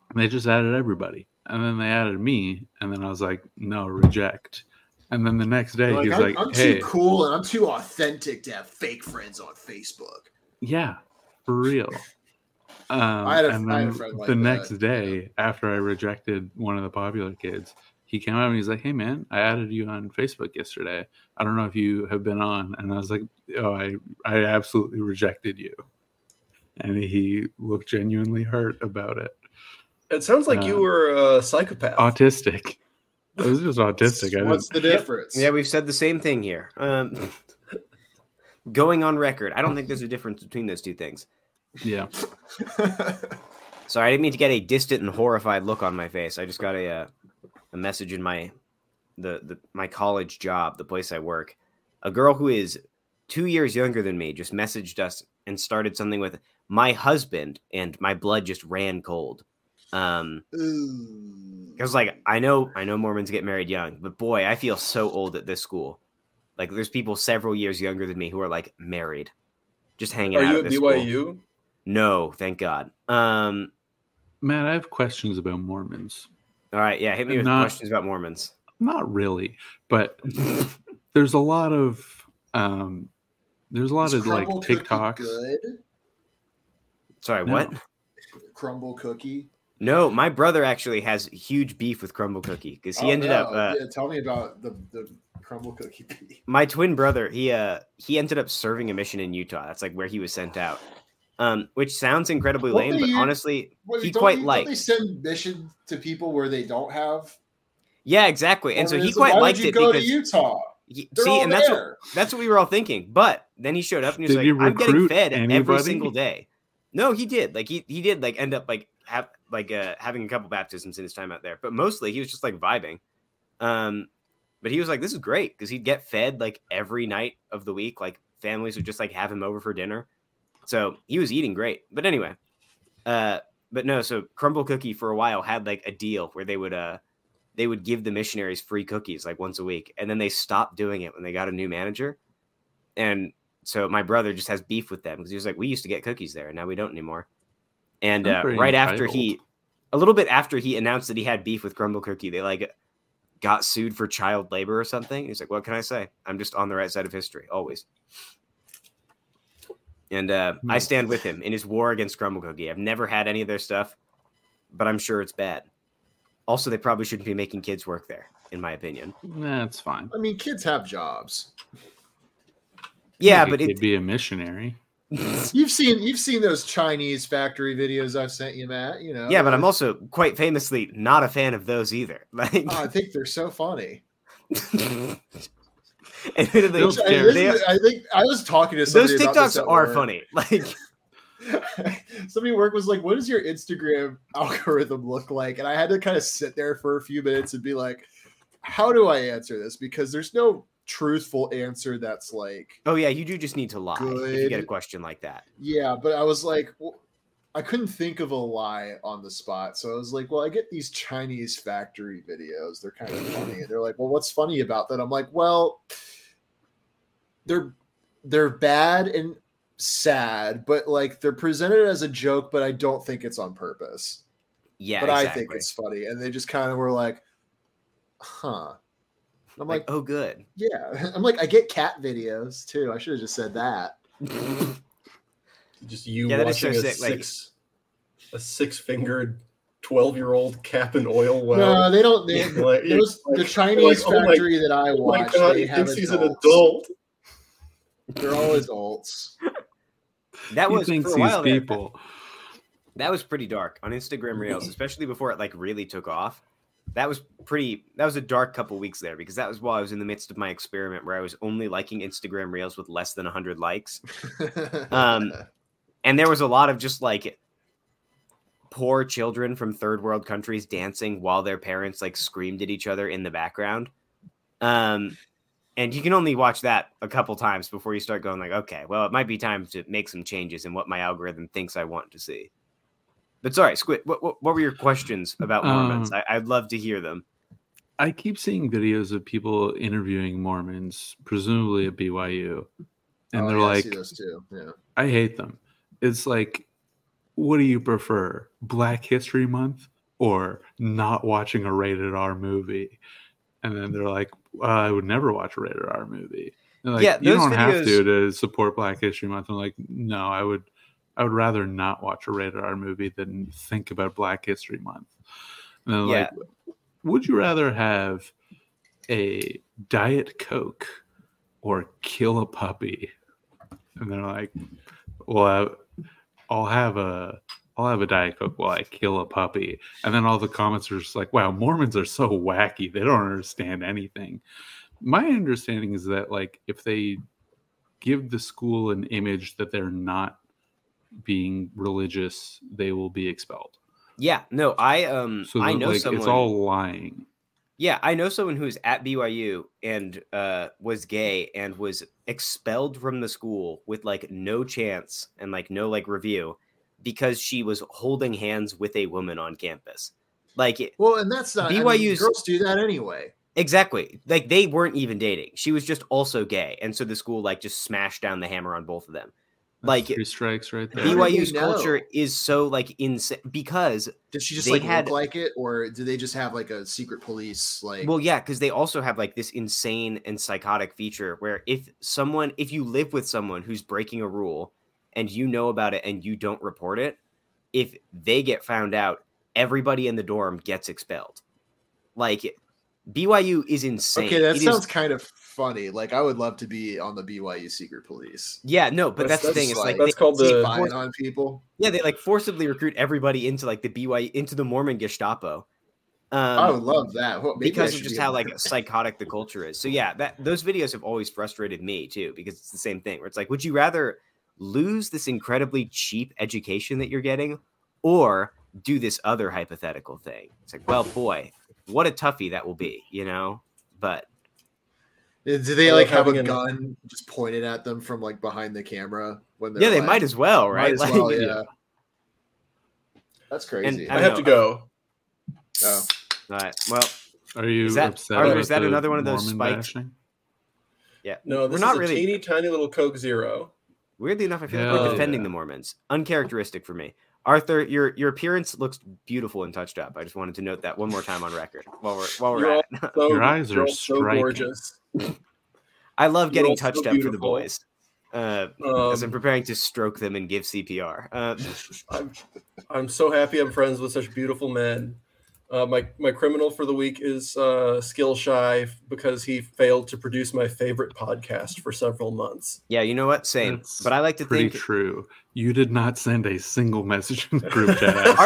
S2: and they just added everybody, and then they added me, and then I was like, no, reject, and then the next day
S3: Like,
S2: he's
S3: I'm,
S2: like,
S3: I'm
S2: hey,
S3: too cool and I'm too authentic to have fake friends on Facebook.
S2: yeah, for real. Um,
S3: I had a-
S2: and
S3: I had a
S2: then
S3: friend
S2: the
S3: like that,
S2: next
S3: yeah.
S2: day, after I rejected one of the popular kids, he came out and he's like, "Hey, man, I added you on Facebook yesterday. I don't know if you have been on." And I was like, "Oh, I, I absolutely rejected you." And he looked genuinely hurt about it.
S1: It sounds like you
S2: Uh,
S1: were a psychopath.
S2: Autistic. I was just autistic. I
S3: What's
S2: didn't,
S3: the difference?
S4: Yeah, we've said the same thing here. Um, going on record, I don't think there's a difference between those two things.
S2: yeah.
S4: Sorry, I didn't mean to get a distant and horrified look on my face. I just got a uh, a message in my the, the my college job, the place I work. A girl who is two years younger than me just messaged us and started something with "my husband," and my blood just ran cold. Um, I was like, I know, I know Mormons get married young, but boy, I feel so old at this school. Like, there's people several years younger than me who are like married, just hanging
S1: Are
S4: out.
S1: you
S4: at
S1: at
S4: this school.
S1: BYU?
S4: No, thank God. Um,
S2: Matt, I have questions about Mormons.
S4: all right, yeah, hit me
S2: I'm
S4: with
S2: not-
S4: questions about Mormons.
S2: Not really, but there's a lot of um there's a lot
S3: Is
S2: of like
S3: crumble cookie
S2: TikToks.
S3: Good?
S4: Sorry,
S2: No.
S4: what?
S3: Crumble cookie.
S4: No, my brother actually has huge beef with Crumble Cookie because he
S3: Oh,
S4: ended up.
S3: no.
S4: Uh,
S3: yeah, tell me about the, the crumble cookie. pie.
S4: my twin brother he uh he ended up serving a mission in utah that's like where he was sent out um which sounds incredibly
S3: What
S4: lame
S3: do
S4: but
S3: you-
S4: honestly
S3: Wait,
S4: he
S3: don't
S4: quite
S3: they- don't
S4: liked
S3: They send missions to people where they don't have.
S4: yeah exactly and so he
S3: Mormonism.
S4: quite
S3: Why
S4: liked
S3: would you
S4: it
S3: go
S4: because
S3: to Utah.
S4: he-
S3: They're
S4: see
S3: all
S4: and that's what,
S3: there.
S4: that's what we were all thinking but then he showed up and he was
S2: Did
S4: like
S2: you
S4: i'm getting
S2: recruit
S4: fed every
S2: anybody?"
S4: single day no he did like he he did like end up like have like uh having a couple baptisms in his time out there but mostly he was just like vibing um but he was like this is great because he'd get fed like every night of the week like families would just like have him over for dinner So he was eating great. But anyway, uh, but no, so Crumble Cookie for a while had like a deal where they would uh they would give the missionaries free cookies like once a week, and then they stopped doing it when they got a new manager. And so my brother just has beef with them because he was like, we used to get cookies there, and now we don't anymore. And
S2: I'm
S4: uh,
S2: pretty
S4: right after he,
S2: entitled.
S4: a little bit after he announced that he had beef with Crumble Cookie, they like got sued for child labor or something. He's like, what can I say? I'm just on the right side of history always. And uh, I
S2: Hmm.
S4: stand with him in his war against Crumble Cookie. I've never had any of their stuff, but I'm sure it's bad. Also, they probably shouldn't be making kids work there, in my opinion.
S2: That's fine.
S3: I mean, kids have jobs.
S4: Yeah,
S2: Like,
S4: but
S2: it
S4: it,
S2: could be a missionary.
S3: You've seen you've seen those Chinese factory videos I've sent you, Matt. You know.
S4: yeah, but I'm
S3: those-
S4: also quite famously not a fan of those either. Like,
S3: Oh, I think they're so funny.
S4: admittedly,
S2: Those-
S3: Which I,
S2: they're-
S4: they-
S3: listened- I think I was talking to
S4: those
S3: somebody. about this
S4: TikToks
S3: at
S4: are
S3: work.
S4: funny. Like,
S3: somebody at work was like, "What does your Instagram algorithm look like?" And I had to kind of sit there for a few minutes and be like, "How do I answer this?" Because there's no truthful answer that's like,
S4: oh yeah, you do just need to lie if you get a
S3: Good.
S4: question like that.
S3: "Yeah," but I was like. w- I couldn't think of a lie on the spot, so I was like, "Well, I get these Chinese factory videos. They're kind of funny." And they're like, "Well, what's funny about that?" I'm like, "Well, they're they're bad and sad, but like they're presented as a joke, but I don't think it's on purpose."
S4: Yeah,
S3: but
S4: exactly.
S3: I think it's funny. And they just kind of were like, huh. And I'm
S4: like,
S3: like,
S4: oh, good.
S3: yeah. I'm like, I get cat videos too. I should have just said that.
S1: Just you
S4: Yeah, that is so
S1: watching a
S4: sick, like-
S1: six, a six-fingered, twelve-year-old cap and oil well.
S3: no, they don't. They,
S1: like,
S3: it was the
S1: like,
S3: Chinese
S1: like, oh my-
S3: factory that I
S1: oh my
S3: watched.
S1: God,
S3: they
S1: he
S3: have
S1: thinks he's an
S3: adults.
S1: adult.
S3: They're all adults.
S4: That
S2: he
S4: was
S2: thinks
S4: for a
S2: he's
S4: while there,
S2: people.
S4: that was pretty dark on Instagram Reels, especially before it like really took off. That was pretty. That was a dark couple weeks there because that was while I was in the midst of my experiment where I was only liking Instagram Reels with less than 100 likes, Um, and there was a lot of just like poor children from third world countries dancing while their parents like screamed at each other in the background. Um, and you can only watch that a couple times before you start going like, okay, well, it might be time to make some changes in what my algorithm thinks I want to see. But sorry, Squid, what, what, what were your questions about
S2: Um,
S4: Mormons? I, I'd love to hear them.
S2: I keep seeing videos of people interviewing Mormons, presumably at BYU, and
S3: Oh,
S2: they're
S3: yeah, I
S2: like,
S3: see those too. Yeah.
S2: I hate them. It's like, what do you prefer, Black History Month or not watching a rated R movie? And then they're like, well, I would never watch a rated R movie. They're like,
S4: Yeah,
S2: you
S4: those
S2: don't have
S4: videos-
S2: to to support Black History Month. I'm like, no, I would, I would rather not watch a rated R movie than think about Black History Month. And they're like, would you rather have a diet coke or kill a puppy? And they're like, well, I- I'll have a I'll have a Diet Coke while I kill a puppy. And then all the comments are just like, wow, Mormons are so wacky. They don't understand anything. My understanding is that, like, if they give the school an image that they're not being religious, they will be expelled.
S4: Yeah, no, I um
S2: So
S4: I
S2: that,
S4: know
S2: like,
S4: someone.
S2: it's all lying.
S4: Yeah, I know someone who was at BYU and uh, was gay and was expelled from the school with like no chance and like no like review because she was holding hands with a woman on campus. Like e, it-
S3: Well, and that's not I mean,
S4: BYU's
S3: girls do that anyway.
S4: exactly, like they weren't even dating. She was just also gay, and so the school like just smashed down the hammer on both of them.
S2: That's
S4: Like-
S2: three strikes right
S3: How did
S2: there.
S3: BYU
S4: BYU's
S3: know?
S4: culture is so like insane because
S3: Did she just
S4: They
S3: like
S4: had-
S3: look like it, or do they just have like a secret police? Like,
S4: Well, yeah, because they also have like this insane and psychotic feature where if someone, if you live with someone who's breaking a rule and you know about it and you don't report it, if they get found out, everybody in the dorm gets expelled. Like BYU is insane.
S3: okay, that
S4: It is-
S3: sounds kind of funny. Like, I would love to be on the BYU secret police.
S4: yeah, no, but
S1: That's-
S4: that's, the
S3: that's
S4: thing. It's like
S3: like-
S4: they,
S1: That's called
S3: Spying
S1: the
S3: on people.
S4: yeah, they like forcibly recruit everybody into like the BYU into the Mormon Gestapo. Um,
S3: I would love that. Well, maybe I
S4: because of
S3: should
S4: just
S3: be
S4: how
S3: on
S4: like
S3: that.
S4: psychotic the culture is. So yeah, that those videos have always frustrated me too because it's the same thing where it's like, would you rather lose this incredibly cheap education that you're getting, or do this other hypothetical thing? It's like, well, boy, what a toughie that will be, you know. But
S3: Uh, do they
S1: Or
S3: like have
S1: having
S3: a
S1: an-
S3: gun just pointed at them from like behind the camera when they're
S4: yeah, they
S3: like-
S4: might as well, right?
S3: Might as
S4: Like,
S3: well, yeah. That's crazy.
S4: I
S1: I,
S4: don't
S1: have
S4: know.
S1: to go.
S3: Oh.
S4: all right, well,
S2: Are you
S4: Is that-
S2: upset?
S4: Arthur,
S2: about
S4: is that
S2: the
S4: another one of those
S2: Mormon
S4: spiked-
S2: bashing?
S1: No, this
S4: not
S1: is a
S4: really-
S1: teeny tiny little Coke Zero.
S4: weirdly enough, I feel like
S1: Hell
S4: we're defending
S2: yeah.
S4: the Mormons. Uncharacteristic for me. Arthur, your your appearance looks beautiful and touched up. I just wanted to note that one more time on record while we're while we're
S1: You're
S4: at it.
S1: all So,
S2: Your eyes
S1: you're
S2: are
S1: all so
S2: striking.
S1: gorgeous.
S4: I love
S1: You're
S4: getting
S1: all so
S4: touched up for the
S1: beautiful.
S4: boys uh, as I'm
S1: Um,
S4: preparing to stroke them and give CPR. Uh,
S1: I'm, I'm so happy I'm friends with such beautiful men. Uh, my my criminal for the week is uh, skill shy f- because he failed to produce my favorite podcast for several months.
S4: yeah, you know what? Same.
S2: That's
S4: but I like to
S2: Pretty
S4: think.
S2: true. You did not send a single message in the group chat. asking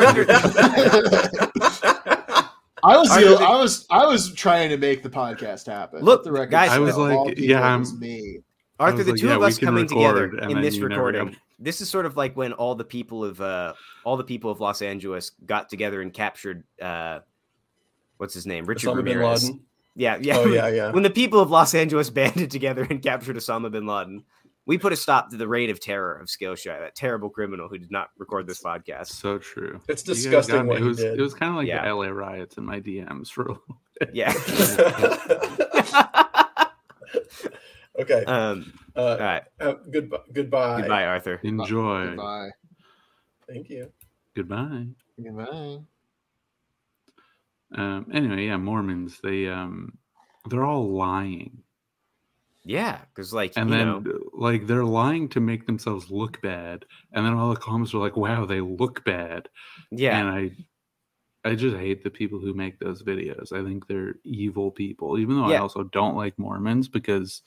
S4: Arthur-
S2: if you
S3: I was,
S4: Are
S3: the-
S4: you-
S3: I was, I was trying to make the podcast happen.
S4: Look,
S3: Let the record
S4: guys,
S3: show.
S4: I was
S3: Of
S2: like,
S3: all people,
S2: yeah,
S3: it was
S2: I'm-
S3: me.
S2: I
S4: Arthur,
S2: was
S4: the
S2: like,
S4: two
S2: yeah,
S4: of
S2: we
S4: us
S2: can
S4: coming
S2: record,
S4: together
S2: and
S4: in
S2: then
S4: this
S2: you never
S4: recording.
S2: come.
S4: This is sort of like when all the people of uh, all the people of Los Angeles got together and captured uh, what's his name, Richard
S1: Osama bin
S4: Ramirez.
S1: Laden.
S4: Yeah, yeah.
S1: Oh yeah, yeah.
S4: when the people of Los Angeles banded together and captured Osama bin Laden, we put a stop to the reign of terror of Skillshare, that terrible criminal who did not record this podcast.
S2: So true.
S1: It's
S2: You guys
S1: disgusting
S2: got me.
S1: what
S2: it
S1: he
S2: was.
S1: did.
S2: It was kind of like
S4: Yeah.
S2: the LA riots in my DMs for. a little-
S4: Yeah.
S1: okay.
S4: um, all
S1: Uh,
S4: right.
S1: uh, goodbye. Goodbye.
S4: Goodbye, Arthur.
S2: Enjoy. Goodbye.
S3: Goodbye.
S1: Thank you.
S3: Goodbye.
S2: Um, anyway, yeah, Mormons. They um, they're all lying,
S4: Yeah, because like
S2: and
S4: you
S2: then
S4: know,
S2: like they're lying to make themselves look bad, and then all the comments are like, "Wow, they look bad,"
S4: yeah,
S2: and I, I just hate the people who make those videos. I think they're evil people, even though I
S4: Yeah.
S2: also don't like Mormons because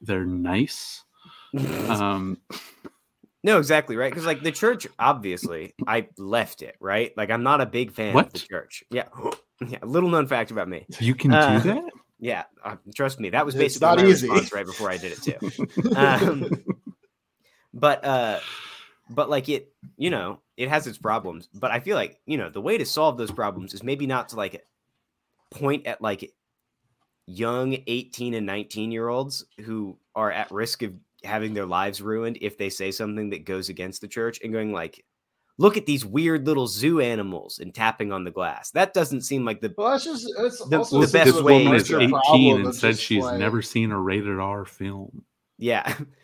S2: they're nice. Um,
S4: no, exactly right. Because like the church, obviously, I left it right. Like I'm not a big fan of
S2: What?
S4: the church. Yeah, yeah. Little known fact about me.
S2: you can
S4: Uh,
S2: do that.
S4: Yeah, uh, trust me, that was
S3: It's
S4: basically
S3: not
S4: my
S3: easy.
S4: response right before I did it too. um, but uh but like it you know it has its problems but i feel like you know the way to solve those problems is maybe not to like point at like young 18 and 19 year olds who are at risk of having their lives ruined if they say something that goes against the church and going like look at these weird little zoo animals and tapping on the glass that doesn't seem like the
S3: Well, that's just it's
S4: The-
S3: also
S4: the
S2: this,
S3: just
S4: best
S2: this
S3: a
S4: way-
S2: woman is
S3: larger
S2: 18
S3: problem
S2: and
S3: of
S2: said
S3: just,
S2: she's
S3: like-
S2: never seen a rated R film.
S4: yeah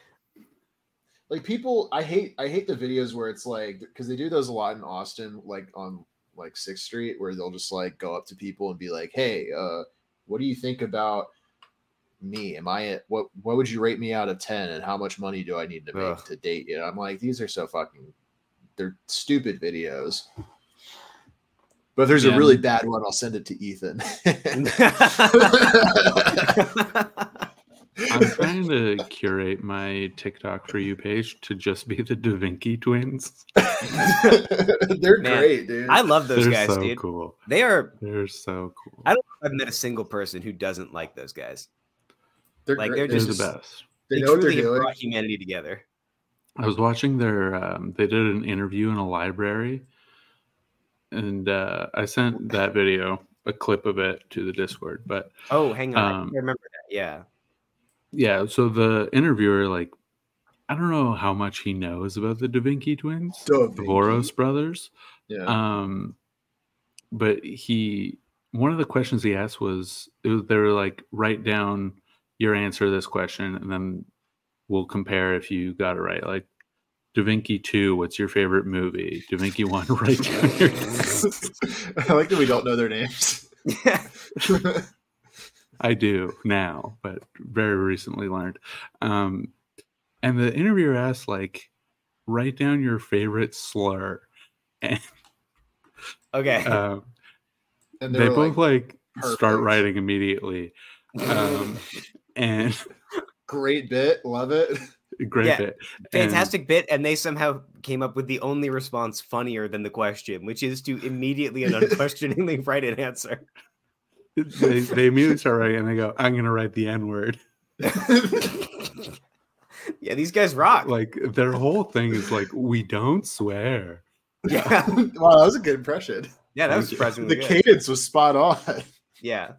S3: like people. I hate I hate the videos where it's like because they do those a lot in Austin, like on like Sixth Street, where they'll just like go up to people and be like, "Hey, uh, what do you think about me? Am I what? What would you rate me out of ten? And how much money do I need to make
S4: Ugh.
S3: to date you?" I'm like, these are so fucking they're stupid videos. But if there's
S2: Yeah.
S3: a really bad one, I'll send it to Ethan.
S2: I'm trying to curate my TikTok for you page to just be the Da Vinci twins.
S3: They're
S4: Man,
S3: great, dude.
S4: I love those
S2: They're
S4: guys,
S2: so
S4: dude.
S2: cool.
S4: They are.
S2: They're so cool.
S4: I don't think I've met a single person who doesn't like those guys.
S3: they're
S4: like,
S3: great.
S4: they're
S2: They're
S4: just-
S2: the best.
S3: they
S4: They,
S3: know what they're
S4: truly have
S3: doing.
S4: brought humanity together.
S2: I was watching their. Um, they did an interview in a library, and uh, I sent that video, a clip of it, to the Discord. But
S4: Oh, hang on, I
S2: Um,
S4: think I remember that. Yeah,
S2: yeah, so the interviewer, like, I don't know how much he knows about the Da Vinci twins,
S3: Da
S2: the
S3: Vinci.
S2: Voros brothers.
S3: Yeah.
S2: Um, but he, one of the questions he asked was, it was they were like, write down your answer to this question, and then we'll compare if you got it right. Like, Da Vinci 2, what's your favorite movie? Da Vinci 1, write down your
S3: I like that we don't know their names.
S2: I do now, but very recently learned. Um, and the interviewer asked, like, write down your favorite slur.
S4: okay.
S2: Um,
S3: and
S2: they
S3: they're
S2: both
S3: like,
S2: like, start
S3: perfect.
S2: writing immediately. Um, and
S3: great bit, love it.
S2: great
S4: Yeah,
S2: bit. and-
S4: Fantastic bit, and they somehow came up with the only response funnier than the question, which is to immediately and unquestioningly write an answer.
S2: they, they immediately start writing and they go, I'm going to write the N word.
S4: Yeah, these guys rock.
S2: Like, their whole thing is like, we don't swear.
S4: yeah,
S3: wow, that was a good impression.
S4: yeah, that was
S2: Thank you.
S4: surprisingly
S3: The
S4: good.
S3: cadence was spot on.
S4: Yeah,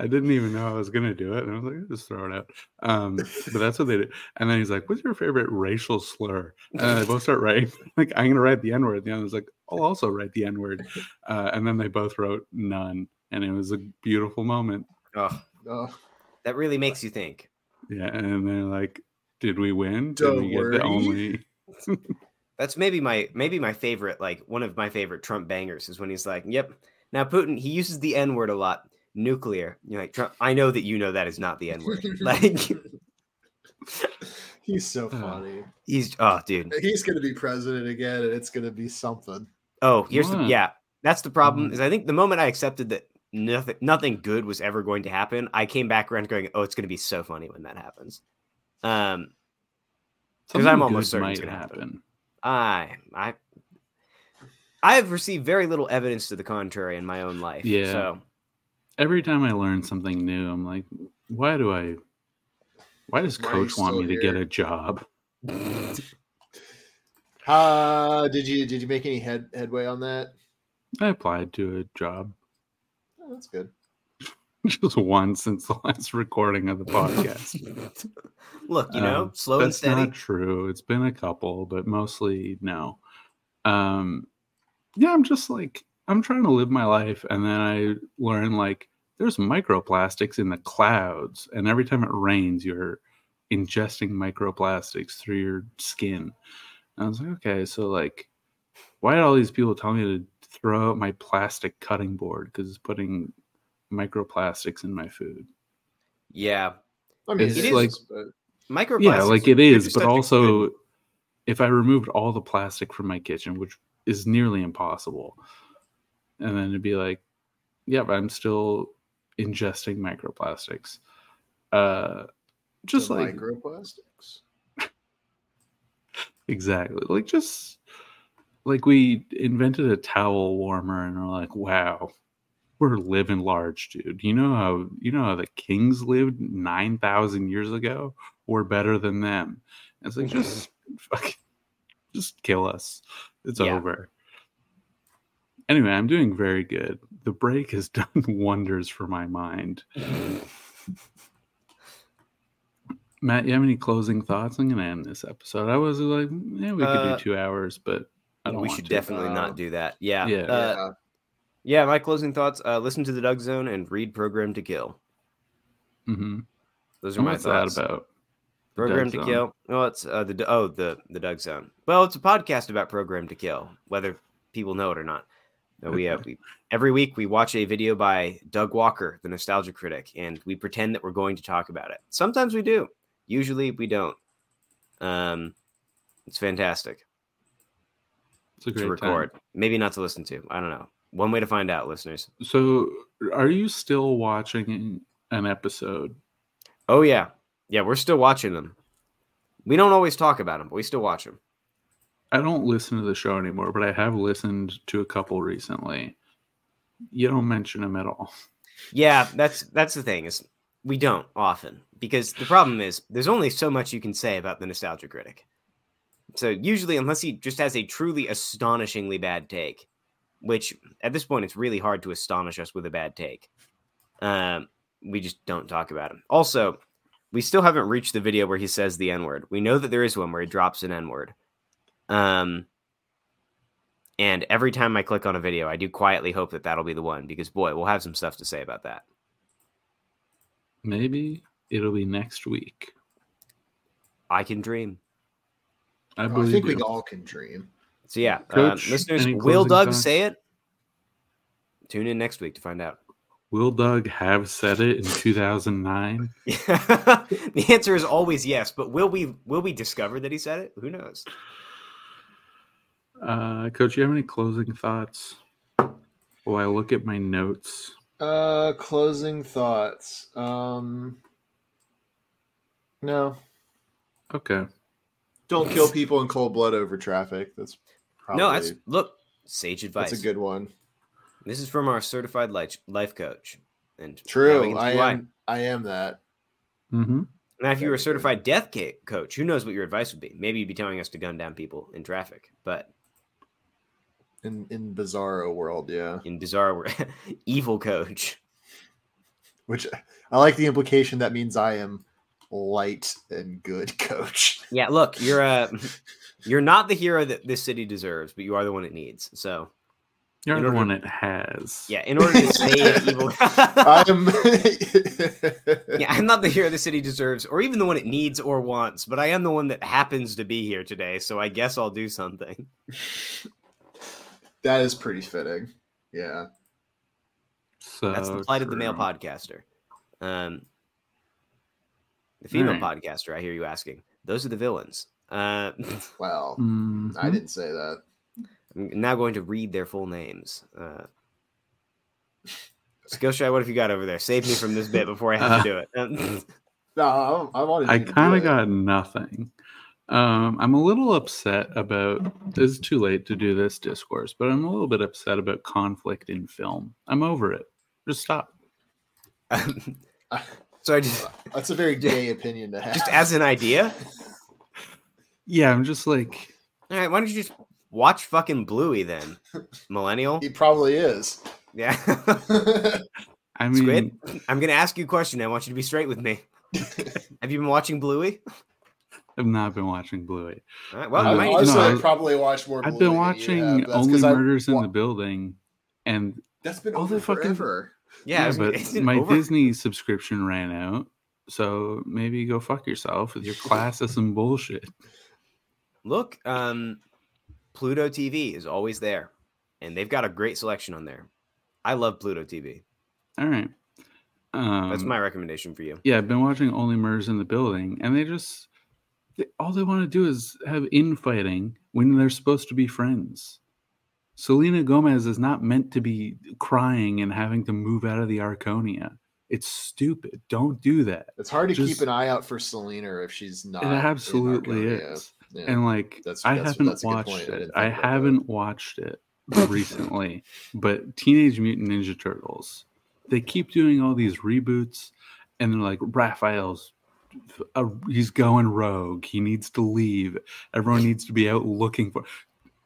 S2: I didn't even know I was gonna do it, and I was like, "I'll just throw it out. Um, but that's what they did. And then he's like, "What's your favorite racial slur?" And they both start writing. Like, I'm gonna write the N word. The other was like, "I'll also write the N word." Uh, and then they both wrote none, and it was a beautiful moment.
S4: oh,
S3: Oh,
S4: that really makes you think.
S2: Yeah, and they're like, "Did we win? Did we get
S3: Dougherty?
S2: the only?"
S4: That's maybe my maybe my favorite, like one of my favorite Trump bangers is when he's like, "Yep, now Putin, he uses the N word a lot, nuclear." You're like, Trump, I know that you know that is not the N word. like
S3: he's so
S2: Uh.
S3: funny.
S4: he's oh, dude.
S3: He's gonna be president again, and it's gonna be something.
S4: Oh, here's the
S2: What?
S4: yeah. That's the problem.
S2: Mm.
S4: Is I think the moment I accepted that nothing nothing good was ever going to happen, I came back around going, "Oh, it's going to be so funny when that happens." Um,
S2: Something
S4: I'm almost
S2: good
S4: certain it's
S2: might
S4: gonna happen.
S2: happen.
S4: I I I have received very little evidence to the contrary in my own life.
S2: Yeah.
S4: So
S2: Every time I learn something new, I'm like, "Why do I? Why does
S3: Why are you
S2: Coach want
S3: still
S2: me to get
S3: here?
S2: a job?"
S3: Uh, did you did you make any head headway on that?
S2: I applied to a job.
S3: Oh, that's good.
S2: just one since the last recording of the podcast.
S4: look, you know,
S2: Um,
S4: slow and
S2: That's
S4: steady.
S2: not true. It's been a couple, but mostly no. Um, yeah, I'm just like I'm trying to live my life, and then I learn like there's microplastics in the clouds, and every time it rains, you're ingesting microplastics through your skin. And I was like, okay, so like, why did all these people tell me to throw out my plastic cutting board because it's putting microplastics in my food?
S4: yeah.
S3: I mean,
S2: It's
S3: it is,
S2: like-
S3: but-
S4: Microplastics.
S2: yeah like it
S4: they're
S2: is
S4: just
S2: but
S4: such a good-
S2: also if i removed all the plastic from my kitchen which is nearly impossible and then it'd be like yeah but i'm still ingesting microplastics uh just
S3: the
S2: like
S3: microplastics.
S2: exactly like just like we invented a towel warmer and we're like wow we're living large dude you know how you know how the kings lived 9000 years ago we're better than them And it's like
S4: Mm-hmm.
S2: just fucking, just kill us it's
S4: Yeah.
S2: over anyway i'm doing very good the break has done wonders for my mind matt you have any closing thoughts i'm gonna end this episode i was like yeah we could
S4: Uh,
S2: do two hours but i don't
S4: we
S2: want
S4: should
S2: to. Um,
S4: definitely
S3: Uh,
S4: not do that. Yeah.
S2: yeah.
S4: Uh, yeah, my closing thoughts, uh listen to the Doug Zone and read Program to Kill. Mm-hmm.
S2: hmm
S4: Those are my
S2: what's that
S4: thoughts.
S2: about Doug
S4: Program to
S2: Zone.
S4: Kill. Well, it's uh, the oh the the Doug Zone. Well, it's a podcast about Program to Kill, whether people know it or not. Uh, We, uh, we every week we watch a video by Doug Walker, the Nostalgia Critic, and we pretend that we're going to talk about it. Sometimes we do. Usually we don't. Um, it's fantastic
S2: it's a great
S4: to
S2: time.
S4: record. Maybe not to listen to. I don't know. One way to find out, listeners.
S2: So, are you still watching an episode?
S4: Oh yeah, Yeah, we're still watching them. We don't always talk about them, but we still watch them.
S2: I don't listen to the show anymore, but I have listened to a couple recently. You don't mention them at all.
S4: Yeah, that's that's the thing is we don't often because the problem is there's only so much you can say about the nostalgia critic. So usually, unless he just has a truly astonishingly bad take, which at this point it's really hard to astonish us with a bad take, um, we just don't talk about him. Also, we still haven't reached the video where he says the n word. We know that there is one where he drops an n word. Um, and every time I click on a video, I do quietly hope that that'll be the one because boy, we'll have some stuff to say about that.
S2: Maybe it'll be next week.
S4: I can dream.
S2: I
S3: Oh, I
S2: believe
S3: think we
S2: you.
S3: all can dream.
S4: So yeah,
S2: Coach,
S4: um, listeners,
S2: any
S4: will
S2: closing
S4: Doug
S2: thoughts?
S4: say it? Tune in next week to find out.
S2: Will Doug have said it in 2009?
S4: the answer is always yes, but will we will we discover that he said it? Who knows?
S2: Uh, Coach, you have any closing thoughts? While I look at my notes,
S3: Uh, closing thoughts. Um, no,
S2: okay.
S3: don't kill people in cold blood over traffic. That's probably
S4: No, that's look sage advice.
S3: that's a good one.
S4: This is from our certified life life coach. And now we
S3: True.
S4: can
S3: I
S4: see why.
S3: am. I am that.
S2: Mm-hmm.
S4: Now, if you were a
S3: That'd be good.
S4: certified death ca- coach, who knows what your advice would be? Maybe you'd be telling us to gun down people in traffic, but
S3: In in bizarro world, yeah.
S4: in bizarre, we're evil coach.
S3: Which I like the implication that means I am light and good coach.
S4: Yeah, look, you're uh, you're not the hero that this city deserves, but you are the one it needs. So,
S2: You're
S4: In
S2: the
S4: order-
S2: one it has.
S4: yeah, in order to save evil,
S3: I'm.
S4: yeah, I'm not the hero the city deserves, or even the one it needs or wants, but I am the one that happens to be here today. So I guess I'll do something.
S3: That is pretty fitting. Yeah.
S2: So
S4: That's the plight of the male
S2: Oh, true.
S4: podcaster. Um, the female
S2: Alright.
S4: podcaster, I hear you asking. Those are the villains. Uh,
S3: Well,
S2: Mhm.
S3: I didn't say that.
S4: I'm now going to read their full names. Uh, Skillshare, what have you got over there? Save me from this bit before I have to do it. Um,
S3: No, I, I wanted.
S2: I
S3: you to do
S2: kind
S3: it.
S2: of got nothing. Um, I'm a little upset about. It's too late to do this discourse, but I'm a little bit upset about conflict in film. I'm over it. Just stop.
S4: so I Um, just,
S3: That's a very gay opinion to have.
S4: just as an idea.
S2: Yeah, I'm just like
S4: All right, why don't you just watch fucking Bluey then, millennial?
S3: he probably is.
S4: Yeah,
S2: I mean,
S4: Squid. I'm gonna ask you a question. I want you to be straight with me. Have you been watching Bluey?
S2: I've not been watching Bluey.
S4: All right, well,
S2: Uh,
S4: you might need to
S3: Honestly,
S4: start-
S2: no,
S3: I probably watched more.
S2: I've
S3: Blue than
S2: been
S3: you
S2: watching
S3: have, but that's
S2: Only
S3: 'cause I
S2: Murders in
S3: wa-
S2: the Building, and
S3: That's been
S2: all
S3: over
S2: the fucking-
S3: forever.
S4: yeah, I was gonna-
S2: but
S4: it's been
S2: my
S4: over.
S2: Disney subscription ran out. So maybe go fuck yourself with your classism bullshit.
S4: Look, um, Pluto TV is always there, and they've got a great selection on there. I love Pluto TV.
S2: All right. Um,
S4: That's my recommendation for you.
S2: yeah, I've been watching Only Murders in the Building, and they just they, all they want to do is have infighting when they're supposed to be friends. Selena Gomez is not meant to be crying and having to move out of the Arconia. It's stupid. Don't do that.
S3: It's hard to
S2: Just-
S3: keep an eye out for Selena if she's not.
S2: it
S3: in
S2: absolutely
S3: Arcadia.
S2: is.
S3: Yeah.
S2: And like
S3: That's-
S2: I
S3: that's-
S2: haven't
S3: that's a good point. I
S2: watched it.
S3: didn't
S2: I
S3: think about that.
S2: haven't watched it recently, but Teenage Mutant Ninja Turtles. They keep doing all these reboots, and they're like Raphael's. uh he's going rogue. He needs to leave. Everyone needs to be out looking for.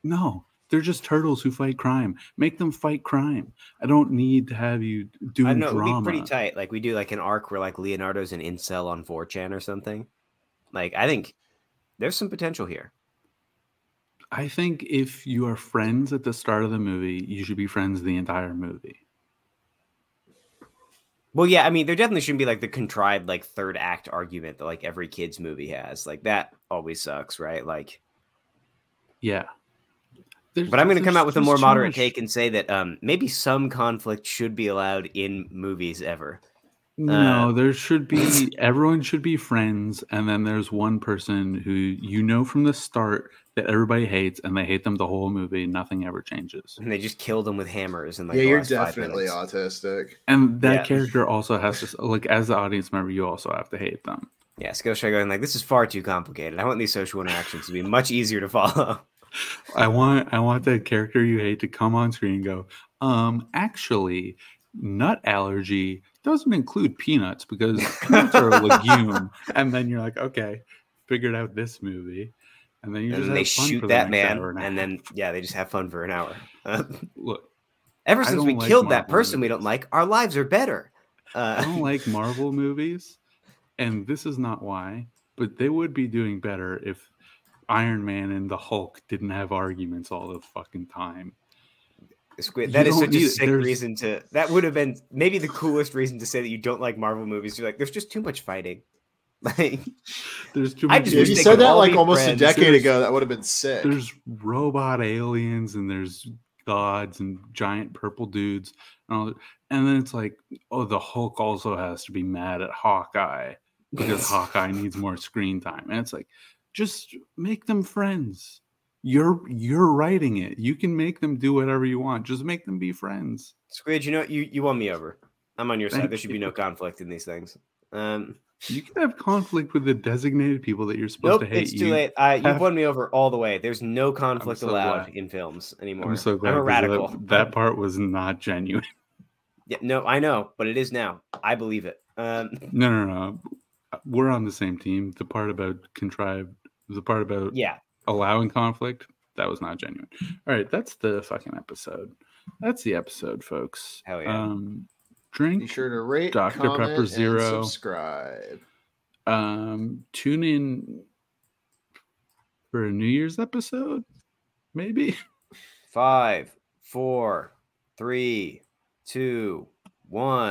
S2: No, they're just turtles who fight crime. Make them fight crime. I don't need to have you do
S4: I know
S2: drama.
S4: we're pretty tight. Like we do like an arc where like Leonardo's an incel on 4chan or something. Like I think there's some potential here.
S2: I think if you are friends at the start of the movie, you should be friends the entire movie.
S4: Well, yeah, I mean, there definitely shouldn't be like the contrived like third act argument that like every kids movie has. Like that always sucks, right? Like,
S2: Yeah. There's-
S4: but I'm going to come
S2: there's
S4: out with a
S2: just
S4: more
S2: too
S4: moderate
S2: much-
S4: take and say that um maybe some conflict should be allowed in movies ever. uh,
S2: No, there should be everyone should be friends, and then there's one person who you know from the start that everybody hates, and they hate them the whole movie. Nothing ever changes,
S4: And they just kill them with hammers and like
S3: yeah,
S4: the
S3: you're
S4: last five
S3: definitely
S4: minutes.
S3: autistic.
S2: and that
S4: Yeah.
S2: character also has to s- like as the audience member, you also have to hate them.
S4: Yeah, Skillshare going like this is far too complicated. I want these social interactions to be much easier to follow.
S2: I want I want that character you hate to come on screen and go, um, actually, nut allergy doesn't include peanuts because peanuts are a legume. And then you're like, okay, figured out this movie. And then you
S4: And
S2: just
S4: then
S2: have
S4: they
S2: fun
S4: shoot
S2: for the
S4: that
S2: next
S4: man,
S2: hour a
S4: and
S2: half.
S4: then yeah, they just have fun for an hour.
S2: look,
S4: Ever
S2: I
S4: since we
S2: don't like
S4: killed that
S2: Marvel
S4: person we don't
S2: movies.
S4: like, our lives are better.
S2: I don't
S4: Uh,
S2: like Marvel movies, and this is not why, but they would be doing better if Iron Man and the Hulk didn't have arguments all the fucking time.
S4: Squid,
S2: You
S4: that is
S2: don't
S4: such a
S2: need-
S4: sick
S2: there's-
S4: reason to. That would have been maybe the coolest reason to say that you don't like Marvel movies. You're like, there's just too much fighting. Like,
S2: There's too
S4: I
S2: much.
S4: just
S3: If
S4: wish
S3: you
S4: they
S3: said
S4: could
S3: that
S4: all
S3: like
S4: be
S3: almost
S4: friends.
S3: a decade
S2: There's-
S3: ago, that would have been sick.
S2: there's robot aliens and there's gods and giant purple dudes and all that. and then it's like oh the hulk also has to be mad at hawkeye because hawkeye needs more screen time and it's like just make them friends you're you're writing it you can make them do whatever you want just make them be friends
S4: Squid, you know, you you won me over. I'm on your side.
S2: Thank
S4: There should be
S2: you.
S4: no conflict in these things. Um,
S2: you can have conflict with the designated people that you're
S4: nope,
S2: supposed to hate
S4: it's too
S2: you
S4: late. I, you've
S2: have-
S4: won me over all the way. There's no conflict
S2: so
S4: allowed
S2: glad.
S4: in films anymore.
S2: i'm so glad
S4: I'm a
S2: 'cause that-
S4: radical.
S2: that, part was not genuine
S4: Yeah, no, I know, but it is now. I believe it. Um,
S2: no no no we're on the same team the part about contrived the part about
S4: yeah,
S2: allowing conflict that was not genuine all right that's the fucking episode that's the episode folks
S4: Hell yeah.
S2: um
S3: Be
S2: drink
S3: sure to rate,
S2: Dr.
S3: comment,
S2: Pepper
S3: and
S2: Zero.
S3: subscribe.
S2: um tune in for a new year's episode maybe
S4: five, four, three, two, one.